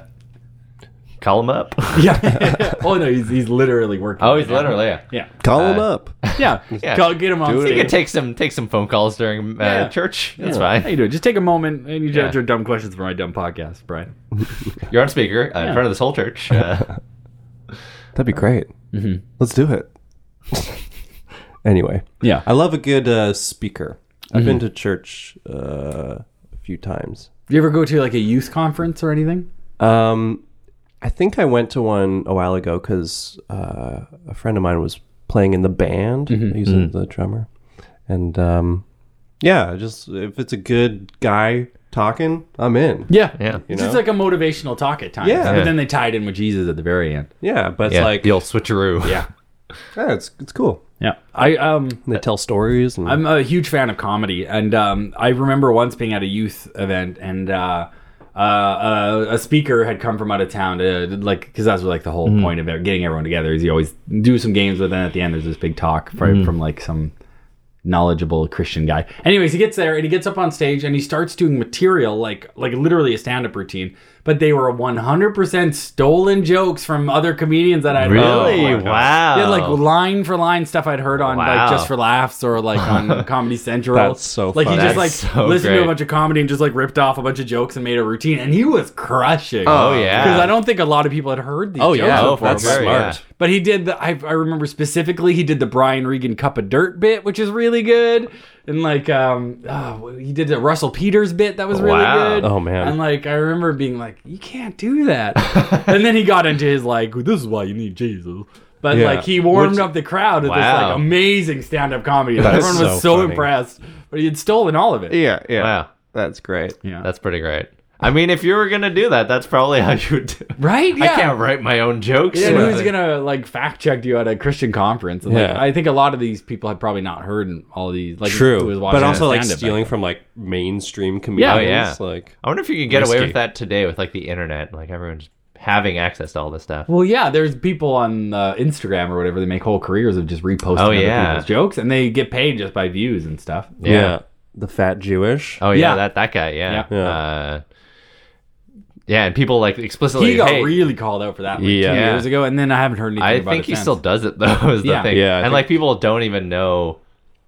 Speaker 2: call him up.
Speaker 1: Yeah. oh, no, he's, he's literally working.
Speaker 2: oh, he's
Speaker 1: right now.
Speaker 2: literally yeah.
Speaker 1: Yeah.
Speaker 3: Call him up.
Speaker 1: Yeah.
Speaker 2: Yeah.
Speaker 1: Go, get him on
Speaker 2: He
Speaker 1: stage.
Speaker 2: could take some take some phone calls during uh,
Speaker 1: Yeah.
Speaker 2: church. That's
Speaker 1: Yeah. How
Speaker 2: fine.
Speaker 1: you doing? Just take a moment and you
Speaker 2: Yeah.
Speaker 1: answer dumb questions for my dumb podcast, Brian.
Speaker 2: You're on speaker uh, in front of this whole church. Uh,
Speaker 3: That'd be great. Mm-hmm. Let's do it. anyway,
Speaker 1: Yeah.
Speaker 3: I love a good uh, speaker. I've been to church uh, a few times.
Speaker 1: Do you ever go to like a youth conference or anything?
Speaker 3: Um, I think I went to one a while ago because uh, a friend of mine was playing in the band. He's the drummer, and um, yeah, just if it's a good guy talking, I'm in.
Speaker 1: Yeah.
Speaker 2: yeah.
Speaker 1: It's
Speaker 3: know?
Speaker 1: just like a motivational talk at times.
Speaker 3: Yeah.
Speaker 1: But then they tie it in with Jesus at the very end.
Speaker 3: Yeah, but it's
Speaker 2: yeah,
Speaker 3: like
Speaker 2: the old switcheroo.
Speaker 1: Yeah.
Speaker 3: yeah, it's it's cool.
Speaker 1: Yeah. I um
Speaker 3: And they tell stories. And,
Speaker 1: I'm a huge fan of comedy and um I remember once being at a youth event and uh uh, uh, a speaker had come from out of town to like because that's like the whole point of it, getting everyone together is you always do some games but then at the end there's this big talk from, from like some knowledgeable Christian guy. Anyways, he gets there and he gets up on stage and he starts doing material like like literally a stand up routine. but they were 100% stolen jokes from other comedians that I'd
Speaker 2: Really?
Speaker 3: Oh my God.
Speaker 2: wow.
Speaker 1: They had like line for line stuff I'd heard on like
Speaker 2: Wow.
Speaker 1: Just for Laughs or like on Comedy Central.
Speaker 3: That's so
Speaker 1: like he
Speaker 3: funny.
Speaker 1: just like
Speaker 2: That's so
Speaker 1: listened to a
Speaker 2: great.
Speaker 1: bunch of comedy and just like ripped off a bunch of jokes and made a routine, and he was crushing.
Speaker 2: Oh, yeah.
Speaker 1: because I don't think a lot of people had heard these.
Speaker 3: Oh,
Speaker 1: jokes
Speaker 3: yeah.
Speaker 2: Oh,
Speaker 1: before,
Speaker 3: that's
Speaker 1: but-
Speaker 2: very,
Speaker 3: smart.
Speaker 1: But he did. The, I I remember specifically he did the Brian Regan cup of dirt bit, which is really good, and like um oh, he did the Russell Peters bit that was really
Speaker 2: Wow.
Speaker 1: good.
Speaker 3: Oh, man.
Speaker 1: And like I remember being like, you can't do that. and then he got into his like, this is why you need Jesus. But
Speaker 3: Yeah.
Speaker 1: like he warmed
Speaker 3: Which-
Speaker 1: up the crowd with this
Speaker 2: Wow.
Speaker 1: like amazing stand up comedy.
Speaker 3: That is
Speaker 1: Everyone was
Speaker 3: so
Speaker 1: so
Speaker 3: funny.
Speaker 1: impressed, but he had stolen all of it.
Speaker 4: Yeah, yeah.
Speaker 2: Wow.
Speaker 4: That's great.
Speaker 1: Yeah.
Speaker 2: That's pretty great. I mean, if you were gonna do that, that's probably how you would. Do. it.
Speaker 1: right. Yeah.
Speaker 2: I can't write my own jokes.
Speaker 1: Yeah, and
Speaker 2: Yeah.
Speaker 1: who's gonna like fact check you at a Christian conference? And, like,
Speaker 3: Yeah.
Speaker 1: I think a lot of these people had probably not heard all these. Like, who was
Speaker 3: True,
Speaker 1: watching
Speaker 3: but also
Speaker 1: the
Speaker 3: like
Speaker 1: stand-up. Oh,
Speaker 3: stealing from like mainstream comedians.
Speaker 2: yeah.
Speaker 3: Like
Speaker 2: I wonder if you could get away
Speaker 3: Risky.
Speaker 2: with that today with like the internet, like everyone's having access to all this stuff.
Speaker 1: Well, yeah, there's people on uh, Instagram or whatever. They make whole careers of just reposting
Speaker 2: Oh,
Speaker 1: other
Speaker 2: yeah.
Speaker 1: people's jokes, and they get paid just by views and stuff.
Speaker 3: yeah. the fat Jewish.
Speaker 2: Oh yeah,
Speaker 1: Yeah.
Speaker 2: that that guy. Yeah.
Speaker 1: Yeah.
Speaker 2: Yeah. Uh, yeah, and people like explicitly.
Speaker 1: he got
Speaker 2: hey,
Speaker 1: really called out for that like,
Speaker 3: Yeah.
Speaker 1: two years ago, and then I haven't heard anything.
Speaker 2: I
Speaker 1: about
Speaker 2: think
Speaker 1: it
Speaker 2: he
Speaker 1: since.
Speaker 2: still does it though. Is the
Speaker 1: Yeah.
Speaker 2: thing.
Speaker 3: Yeah, I
Speaker 2: and
Speaker 3: think-
Speaker 2: like people don't even know,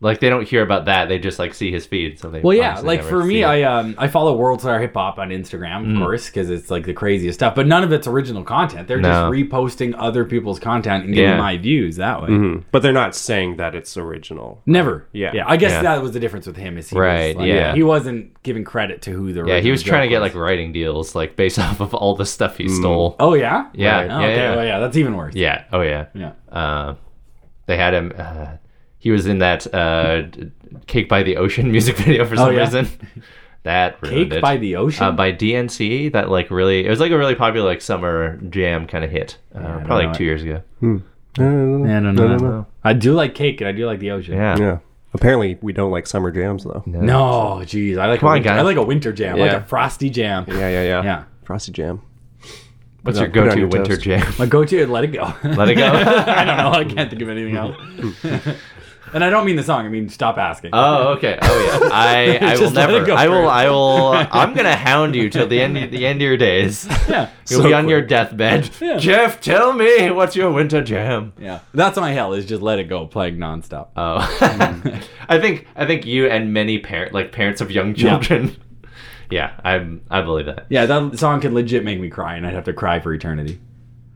Speaker 2: like they don't hear about that. They just like see his feed. So they.
Speaker 1: Well, yeah,
Speaker 2: obviously
Speaker 1: like
Speaker 2: never
Speaker 1: for
Speaker 2: see
Speaker 1: me,
Speaker 2: it. Hmm.
Speaker 1: I um I follow World Star Hip Hop on Instagram, of course, because it's like the craziest stuff. But none of it's original content. They're
Speaker 2: No.
Speaker 1: just reposting other people's content and getting
Speaker 2: Yeah. Hmm.
Speaker 1: my views that way.
Speaker 3: Mhm. But they're not saying that it's original.
Speaker 1: Never.
Speaker 3: Yeah.
Speaker 1: Yeah. I guess
Speaker 2: Yeah.
Speaker 1: that was the difference with him. Is he
Speaker 2: Right,
Speaker 1: Was like,
Speaker 2: yeah.
Speaker 1: He wasn't giving credit to who the.
Speaker 2: Yeah, he
Speaker 1: original
Speaker 2: was trying to
Speaker 1: joke
Speaker 2: get like writing deals, like based off of all the stuff
Speaker 3: Mm.
Speaker 2: he stole.
Speaker 1: Oh yeah.
Speaker 2: Yeah,
Speaker 1: Right. Oh,
Speaker 2: yeah,
Speaker 1: okay.
Speaker 2: yeah.
Speaker 1: Well, yeah. That's even worse.
Speaker 2: Yeah. Oh yeah.
Speaker 1: Yeah.
Speaker 2: Uh, they had him. Uh, he was in that uh, d- "Cake by the Ocean" music video for some
Speaker 1: Oh, yeah.
Speaker 2: reason. that ruined
Speaker 1: Cake
Speaker 2: it.
Speaker 1: by the ocean.
Speaker 2: uh, by DNC. That like really, it was like a really popular like summer jam kind of hit. Uh,
Speaker 1: don't
Speaker 2: probably
Speaker 1: know
Speaker 2: like two years ago.
Speaker 1: yeah, I don't know. I, do like cake and I do like the ocean.
Speaker 2: Yeah.
Speaker 3: Yeah. Apparently, we don't like summer jams though.
Speaker 1: No, jeez. I like.
Speaker 2: Come
Speaker 1: a
Speaker 2: on,
Speaker 1: winter,
Speaker 2: guys.
Speaker 1: I like a winter jam, like
Speaker 3: Yeah.
Speaker 1: a frosty jam.
Speaker 3: Yeah, yeah, yeah.
Speaker 1: Yeah.
Speaker 3: Frosty jam.
Speaker 2: What's
Speaker 3: Put
Speaker 2: your
Speaker 3: it on- put it
Speaker 2: go-to
Speaker 3: on your
Speaker 2: winter
Speaker 3: toast.
Speaker 2: jam?
Speaker 1: My go-to, let it go.
Speaker 2: Let it go.
Speaker 1: I don't know. I can't think of anything else. and I don't mean the song. I mean stop asking.
Speaker 2: Oh, okay. Oh, yeah. I, I will
Speaker 1: Just let it
Speaker 2: never.
Speaker 1: go
Speaker 2: I will.
Speaker 1: first.
Speaker 2: I will. I'm gonna hound you till the end. Of, the end of your days.
Speaker 1: yeah.
Speaker 2: You'll be on your deathbed.
Speaker 1: Yeah.
Speaker 2: Jeff, tell me what's your winter jam.
Speaker 1: Yeah. That's my hell. Is just let it go, playing nonstop.
Speaker 2: Oh,
Speaker 1: Hmm.
Speaker 2: I think I think you and many parent like parents of young children. Yeah, I'm. I believe that.
Speaker 1: Yeah, that song could legit make me cry, and I'd have to cry for eternity.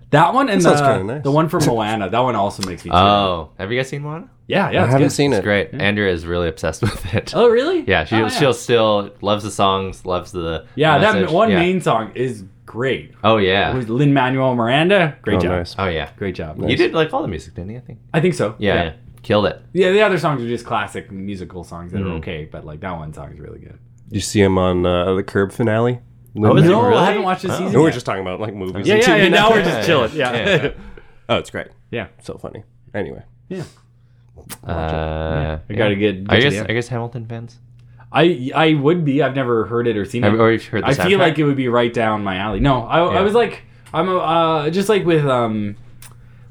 Speaker 1: That one and
Speaker 3: That sounds
Speaker 1: the,
Speaker 3: kinda nice.
Speaker 1: the one from Moana, that one also makes me cry.
Speaker 2: Oh, have you guys seen Moana?
Speaker 1: yeah, yeah.
Speaker 3: I
Speaker 1: it's
Speaker 3: haven't
Speaker 1: good.
Speaker 3: seen it.
Speaker 2: Great. Andrea is really obsessed with it.
Speaker 1: Oh, really?
Speaker 2: Yeah, she
Speaker 1: Oh,
Speaker 2: she'll still loves the songs, loves the
Speaker 1: Yeah, that
Speaker 2: message.
Speaker 1: one
Speaker 2: Yeah.
Speaker 1: main song is great.
Speaker 2: Oh yeah.
Speaker 1: With Lin Manuel Miranda, great
Speaker 3: Oh,
Speaker 1: job.
Speaker 3: nice.
Speaker 2: Oh yeah.
Speaker 1: Great job.
Speaker 2: You did like all the music, didn't you? I think.
Speaker 1: I think so.
Speaker 2: Yeah, yeah.
Speaker 1: yeah.
Speaker 2: killed it.
Speaker 1: Yeah, the other songs are just classic musical songs
Speaker 2: Hmm.
Speaker 1: that are okay, but like that one song is really good.
Speaker 3: Did you see him on uh, the Curb finale?
Speaker 2: Oh, is it
Speaker 1: No,
Speaker 2: really?
Speaker 1: I haven't watched this
Speaker 2: Oh.
Speaker 1: season.
Speaker 3: No, we're
Speaker 1: yet.
Speaker 3: just talking about like movies.
Speaker 1: yeah,
Speaker 3: and
Speaker 1: yeah,
Speaker 3: TV
Speaker 1: yeah. Now we're
Speaker 2: Yeah,
Speaker 1: just chilling. Yeah,
Speaker 2: yeah, yeah.
Speaker 3: Oh, it's great.
Speaker 1: yeah.
Speaker 3: So funny. Anyway,
Speaker 1: yeah.
Speaker 2: Uh,
Speaker 1: I gotta get.
Speaker 2: I
Speaker 1: get to
Speaker 2: guess
Speaker 1: the end.
Speaker 2: I guess Hamilton fans.
Speaker 1: I I would be. I've never heard it or seen
Speaker 2: Have
Speaker 1: it.
Speaker 2: or you've heard the
Speaker 1: I feel
Speaker 2: soundtrack?
Speaker 1: like it would be right down my alley. No, I, I
Speaker 2: Yeah.
Speaker 1: was like, I'm a, uh, just like with um,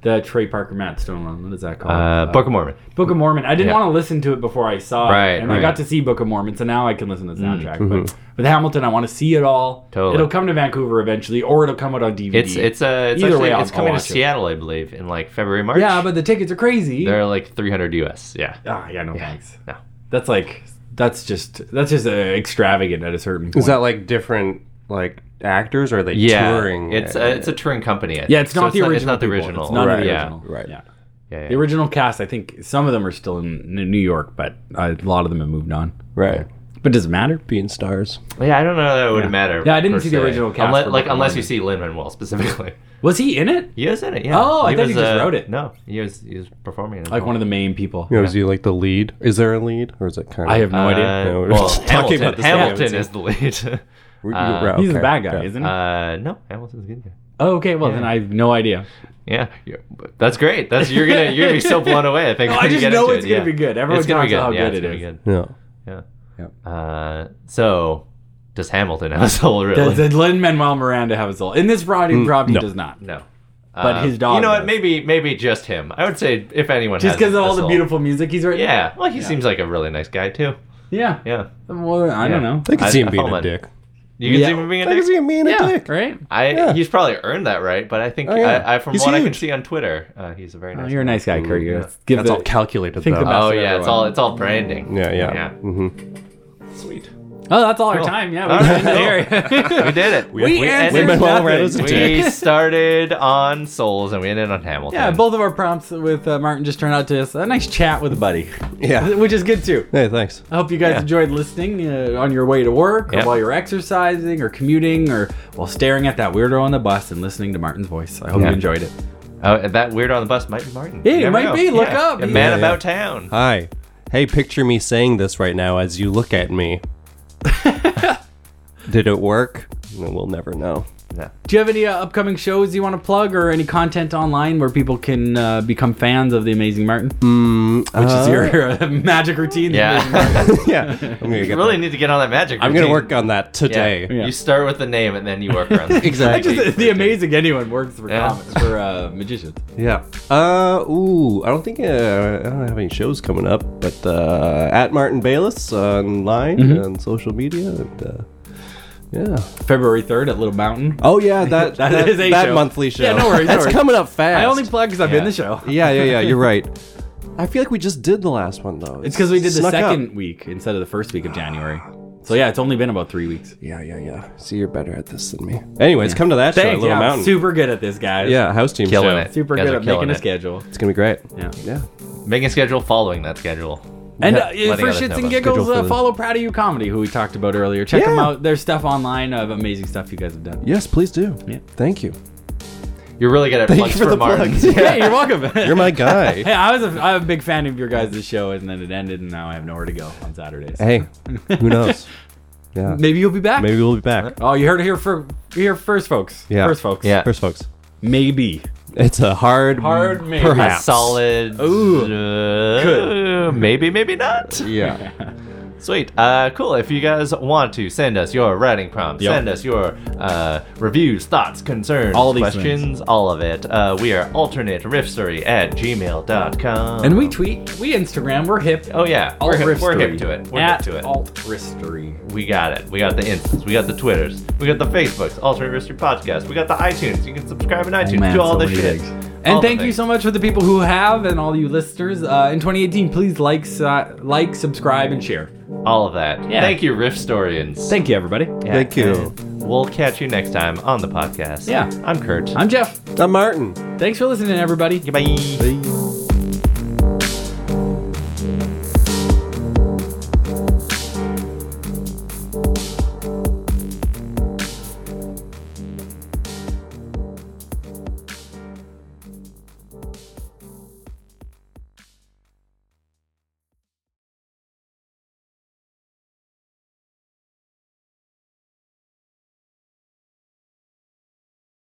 Speaker 1: the Trey Parker Matt Stone one. What is that called?
Speaker 2: Uh, Book of Mormon.
Speaker 1: Book of Mormon. I didn't
Speaker 2: yeah.
Speaker 1: want to listen to it before I saw
Speaker 2: Right,
Speaker 1: it, and
Speaker 2: right. Mm-hmm.
Speaker 1: I got to see Book of Mormon, so now I can listen to the soundtrack. But with Hamilton, I want to see it all.
Speaker 2: Totally.
Speaker 1: It'll come to Vancouver eventually, or it'll come out on DVD.
Speaker 2: It's it's uh, it's
Speaker 1: Either
Speaker 2: actually,
Speaker 1: way, I'll-
Speaker 2: it's
Speaker 1: I'll
Speaker 2: coming to
Speaker 1: watch it.
Speaker 2: Seattle, I believe, in like February March.
Speaker 1: yeah, but the tickets are crazy.
Speaker 2: they're like 300 US. Yeah.
Speaker 1: Ah, yeah, no thanks.
Speaker 2: No.
Speaker 1: That's like that's just that's just uh, extravagant at a certain point.
Speaker 3: is that like different like actors or are they
Speaker 2: Yeah.
Speaker 3: touring?
Speaker 2: It's a, it's a touring company. I think.
Speaker 1: yeah, it's
Speaker 2: So
Speaker 1: not the original.
Speaker 2: It's not the
Speaker 1: people.
Speaker 2: original.
Speaker 1: It's none of
Speaker 3: Right.
Speaker 1: the
Speaker 2: yeah.
Speaker 1: original.
Speaker 3: Right.
Speaker 1: Yeah.
Speaker 2: Yeah.
Speaker 1: The original cast, I think some of them are still in New York, but uh, a lot of them have moved on.
Speaker 3: right.
Speaker 1: But does it matter?
Speaker 3: Being stars.
Speaker 2: yeah. yeah. I don't know that it would
Speaker 1: Yeah.
Speaker 2: matter.
Speaker 1: Yeah, I didn't
Speaker 2: per
Speaker 1: see the
Speaker 2: se.
Speaker 1: original cast
Speaker 2: Unless,
Speaker 1: for
Speaker 2: like
Speaker 1: Book of
Speaker 2: unless you
Speaker 1: Mormon.
Speaker 2: see Lin Manuel specifically.
Speaker 1: Was he in it?
Speaker 2: He was in it. Yeah.
Speaker 1: Oh, I
Speaker 2: He
Speaker 1: thought he
Speaker 2: was,
Speaker 1: just
Speaker 2: uh,
Speaker 1: wrote it.
Speaker 2: No, he was he was performing. in it.
Speaker 1: Like one of the main people.
Speaker 3: You know, is he like the lead? Is there a lead or is it kind of?
Speaker 1: I have no
Speaker 2: Uh,
Speaker 1: idea.
Speaker 3: No, we're
Speaker 2: well,
Speaker 3: just
Speaker 2: Hamilton,
Speaker 3: talking about this.
Speaker 2: Hamilton
Speaker 3: Yeah.
Speaker 2: is the lead.
Speaker 3: We're-
Speaker 2: uh,
Speaker 3: we're-
Speaker 1: He's the
Speaker 3: okay.
Speaker 1: bad guy,
Speaker 3: Yeah.
Speaker 1: isn't he?
Speaker 2: uh, no, Hamilton's a good guy.
Speaker 1: oh, okay. Well, then I have no idea.
Speaker 2: Yeah, yeah, but that's great. That's you're gonna you're gonna be so blown away. I think.
Speaker 1: No,
Speaker 2: when
Speaker 1: I
Speaker 2: you
Speaker 1: just
Speaker 2: get
Speaker 1: know
Speaker 2: into
Speaker 1: it's
Speaker 2: it,
Speaker 1: gonna
Speaker 2: yeah.
Speaker 1: be good. Everyone
Speaker 2: it's gonna
Speaker 1: talks
Speaker 2: be good.
Speaker 1: about how
Speaker 2: yeah,
Speaker 1: good
Speaker 2: it's
Speaker 1: it
Speaker 2: gonna be
Speaker 1: is.
Speaker 2: good.
Speaker 3: Yeah.
Speaker 2: Yeah.
Speaker 1: Yep.
Speaker 2: Uh, so does Hamilton have a soul? Really?
Speaker 1: Does Lynn Manuel Miranda have a soul? In this broad, he probably
Speaker 3: no.
Speaker 1: does not.
Speaker 2: No.
Speaker 1: But
Speaker 2: Uh,
Speaker 1: his dog
Speaker 2: You know what?
Speaker 1: does.
Speaker 2: Maybe maybe just him. I would say if anyone
Speaker 1: Just
Speaker 2: has
Speaker 1: because of
Speaker 2: a
Speaker 1: all the
Speaker 2: soul.
Speaker 1: beautiful music he's written.
Speaker 2: Yeah. Well, he seems like a really nice guy too.
Speaker 1: Yeah.
Speaker 2: Yeah.
Speaker 1: Well, I don't
Speaker 2: Yeah.
Speaker 1: know.
Speaker 3: I could
Speaker 2: I-
Speaker 3: see him
Speaker 2: I
Speaker 3: being
Speaker 2: follow
Speaker 3: a
Speaker 2: it.
Speaker 3: dick.
Speaker 2: You can
Speaker 1: Yeah.
Speaker 2: see him being a
Speaker 3: That
Speaker 2: dick.
Speaker 3: gives you me and a
Speaker 1: yeah,
Speaker 3: dick.
Speaker 1: right.
Speaker 2: I
Speaker 3: Yeah.
Speaker 2: he's probably earned that right, but I think
Speaker 3: Oh, yeah.
Speaker 2: I, I, from
Speaker 3: He's
Speaker 2: what I can
Speaker 3: huge.
Speaker 2: see on Twitter, uh, he's a very
Speaker 1: Oh,
Speaker 2: nice.
Speaker 1: you're a
Speaker 2: guy.
Speaker 1: nice guy, Kurt. You
Speaker 2: yeah.
Speaker 1: give
Speaker 3: That's
Speaker 1: the-
Speaker 3: all calculated
Speaker 1: think
Speaker 3: though.
Speaker 1: about-
Speaker 2: Oh
Speaker 1: That's
Speaker 2: yeah,
Speaker 1: another
Speaker 2: it's all
Speaker 1: one.
Speaker 2: it's all branding.
Speaker 3: yeah, yeah.
Speaker 2: Yeah.
Speaker 3: Mm-hmm.
Speaker 2: Sweet.
Speaker 1: Oh, that's all our
Speaker 2: Cool.
Speaker 1: time. Yeah,
Speaker 2: All
Speaker 1: we
Speaker 2: right,
Speaker 1: ended there.
Speaker 2: We did it.
Speaker 3: We
Speaker 1: We
Speaker 3: answered
Speaker 1: answered
Speaker 3: Lin-Manuel
Speaker 1: nothing.
Speaker 3: Miranda's a dick.
Speaker 2: We started on Souls and we ended on Hamilton.
Speaker 1: yeah, both of our prompts with uh, Martin just turned out to us a nice chat with a buddy,
Speaker 3: Yeah.
Speaker 1: which is good too.
Speaker 3: Hey, thanks.
Speaker 1: I hope you guys
Speaker 2: Yeah.
Speaker 1: enjoyed listening uh, on your way to work,
Speaker 2: Yep.
Speaker 1: or while you're exercising, or commuting, or while staring at that weirdo on the bus and listening to Martin's voice. I hope
Speaker 2: Yeah.
Speaker 1: you enjoyed it.
Speaker 2: Oh, and that weirdo on the bus might be Martin.
Speaker 1: Yeah,
Speaker 2: You
Speaker 1: it
Speaker 2: never
Speaker 1: might
Speaker 2: know.
Speaker 1: be. Look up.
Speaker 2: A man
Speaker 3: Yeah,
Speaker 2: about
Speaker 3: yeah.
Speaker 2: town.
Speaker 3: Hi. Hey, picture me saying this right now as you look at me. Did it work? No, We'll never know.
Speaker 2: No.
Speaker 1: Do you have any uh, upcoming shows you want to plug, or any content online where people can uh, become fans of the Amazing Martin, which is your uh, magic routine?
Speaker 2: Yeah.
Speaker 3: yeah. I'm gonna
Speaker 2: you
Speaker 3: get
Speaker 2: really
Speaker 3: that.
Speaker 2: need to get on that magic.
Speaker 3: I'm gonna
Speaker 2: routine.
Speaker 3: work on that today.
Speaker 1: Yeah.
Speaker 2: You start with the name and then you work around. the-
Speaker 3: Exactly.
Speaker 1: Just, the amazing anyone works for
Speaker 2: Yeah.
Speaker 1: comics for uh, magicians.
Speaker 3: Yeah. Uh. Ooh. I don't think uh, I don't have any shows coming up, but uh, at Martin Bayless online
Speaker 1: Mm-hmm.
Speaker 3: and social media. And, uh, yeah.
Speaker 1: February third at Little Mountain.
Speaker 3: Oh yeah. That
Speaker 1: That
Speaker 3: that,
Speaker 1: is a
Speaker 3: that
Speaker 1: show.
Speaker 3: monthly show.
Speaker 1: Yeah, no worries, no
Speaker 3: That's
Speaker 1: worries.
Speaker 3: coming up fast.
Speaker 1: I only plug because I've been
Speaker 2: Yeah.
Speaker 1: the show.
Speaker 3: yeah. Yeah. Yeah. You're right. I feel like we just did the last one though.
Speaker 1: It's because we did the
Speaker 3: snuck up.
Speaker 1: second week instead of the first week of January. So yeah, it's only been about three weeks.
Speaker 3: Yeah. Yeah. Yeah. See, you're better at this than me. Anyways, come to that show, at
Speaker 1: Thanks,
Speaker 3: Little
Speaker 1: yeah, I'm
Speaker 3: Mountain.
Speaker 1: super good at this, guys.
Speaker 3: yeah. House team
Speaker 2: Killing
Speaker 3: show.
Speaker 2: it.
Speaker 1: super
Speaker 2: You guys
Speaker 1: good
Speaker 2: are
Speaker 1: at making
Speaker 2: killing
Speaker 1: a
Speaker 2: it.
Speaker 1: schedule.
Speaker 3: It's gonna be great.
Speaker 1: Yeah.
Speaker 3: Yeah.
Speaker 2: Making a schedule, following that schedule.
Speaker 1: And
Speaker 2: Yeah,
Speaker 1: uh,
Speaker 2: letting
Speaker 1: for
Speaker 2: others know
Speaker 1: shits and
Speaker 2: about it.
Speaker 1: giggles,
Speaker 3: schedule for
Speaker 1: uh,
Speaker 3: the-
Speaker 1: follow Proud of You Comedy, who we talked about earlier. Check them
Speaker 3: Yeah.
Speaker 1: out. There's stuff online of amazing stuff you guys have done.
Speaker 3: Yes, please do.
Speaker 1: Yeah.
Speaker 3: Thank you.
Speaker 2: You're really good at
Speaker 3: Thank
Speaker 2: plugs
Speaker 3: you for the
Speaker 2: Martin.
Speaker 3: plugs.
Speaker 1: Hey, you're welcome.
Speaker 3: You're my guy.
Speaker 1: Hey, I was a, I'm a big fan of your guys' show, and then it ended, and now I have nowhere to go on Saturdays.
Speaker 3: Hey, who knows? Yeah.
Speaker 1: Maybe you'll be back.
Speaker 3: Maybe we'll be back.
Speaker 1: Oh, you heard it here for here first, folks.
Speaker 3: Yeah.
Speaker 1: First, folks.
Speaker 2: Yeah.
Speaker 3: First, folks.
Speaker 1: Maybe.
Speaker 3: It's a hard,
Speaker 1: Hard maybe.
Speaker 2: A
Speaker 3: perhaps.
Speaker 2: solid.
Speaker 1: Ooh.
Speaker 2: uh,
Speaker 1: Good.
Speaker 2: Maybe, maybe not.
Speaker 3: Yeah.
Speaker 2: Sweet. Uh, cool. If you guys want to send us your writing prompts,
Speaker 1: Yep.
Speaker 2: send us your uh, reviews, thoughts, concerns,
Speaker 1: All these
Speaker 2: questions, all of it. Uh, we are alternate riffstory at gmail.com.
Speaker 1: And we tweet, we Instagram, we're hip.
Speaker 2: Oh, yeah.
Speaker 1: Alt
Speaker 2: We're hip, we're
Speaker 1: Ristery.
Speaker 2: hip to it. We're
Speaker 1: At
Speaker 2: hip to it.
Speaker 1: Alt Ristery.
Speaker 2: We got it. We got the Instas. We got the Twitters. We got the Facebooks. Alternate History Podcast. We got the iTunes. You can subscribe in iTunes.
Speaker 1: Oh, man,
Speaker 2: Do all
Speaker 1: so
Speaker 2: this
Speaker 1: many
Speaker 2: shit.
Speaker 1: things. And
Speaker 2: All the
Speaker 1: thank you
Speaker 2: things.
Speaker 1: so much for the people who have and all you listeners. Uh, in 2018, please like, su- like, subscribe, and share.
Speaker 2: All of that.
Speaker 1: Yeah.
Speaker 2: Thank you, Riffstorians.
Speaker 1: Thank you, everybody.
Speaker 2: Yeah,
Speaker 3: Thank you.
Speaker 2: and We'll catch you next time on the podcast.
Speaker 1: Yeah.
Speaker 2: I'm Kurt.
Speaker 1: I'm Jeff.
Speaker 3: I'm Martin.
Speaker 1: Thanks for listening, everybody.
Speaker 2: Goodbye.
Speaker 1: Bye.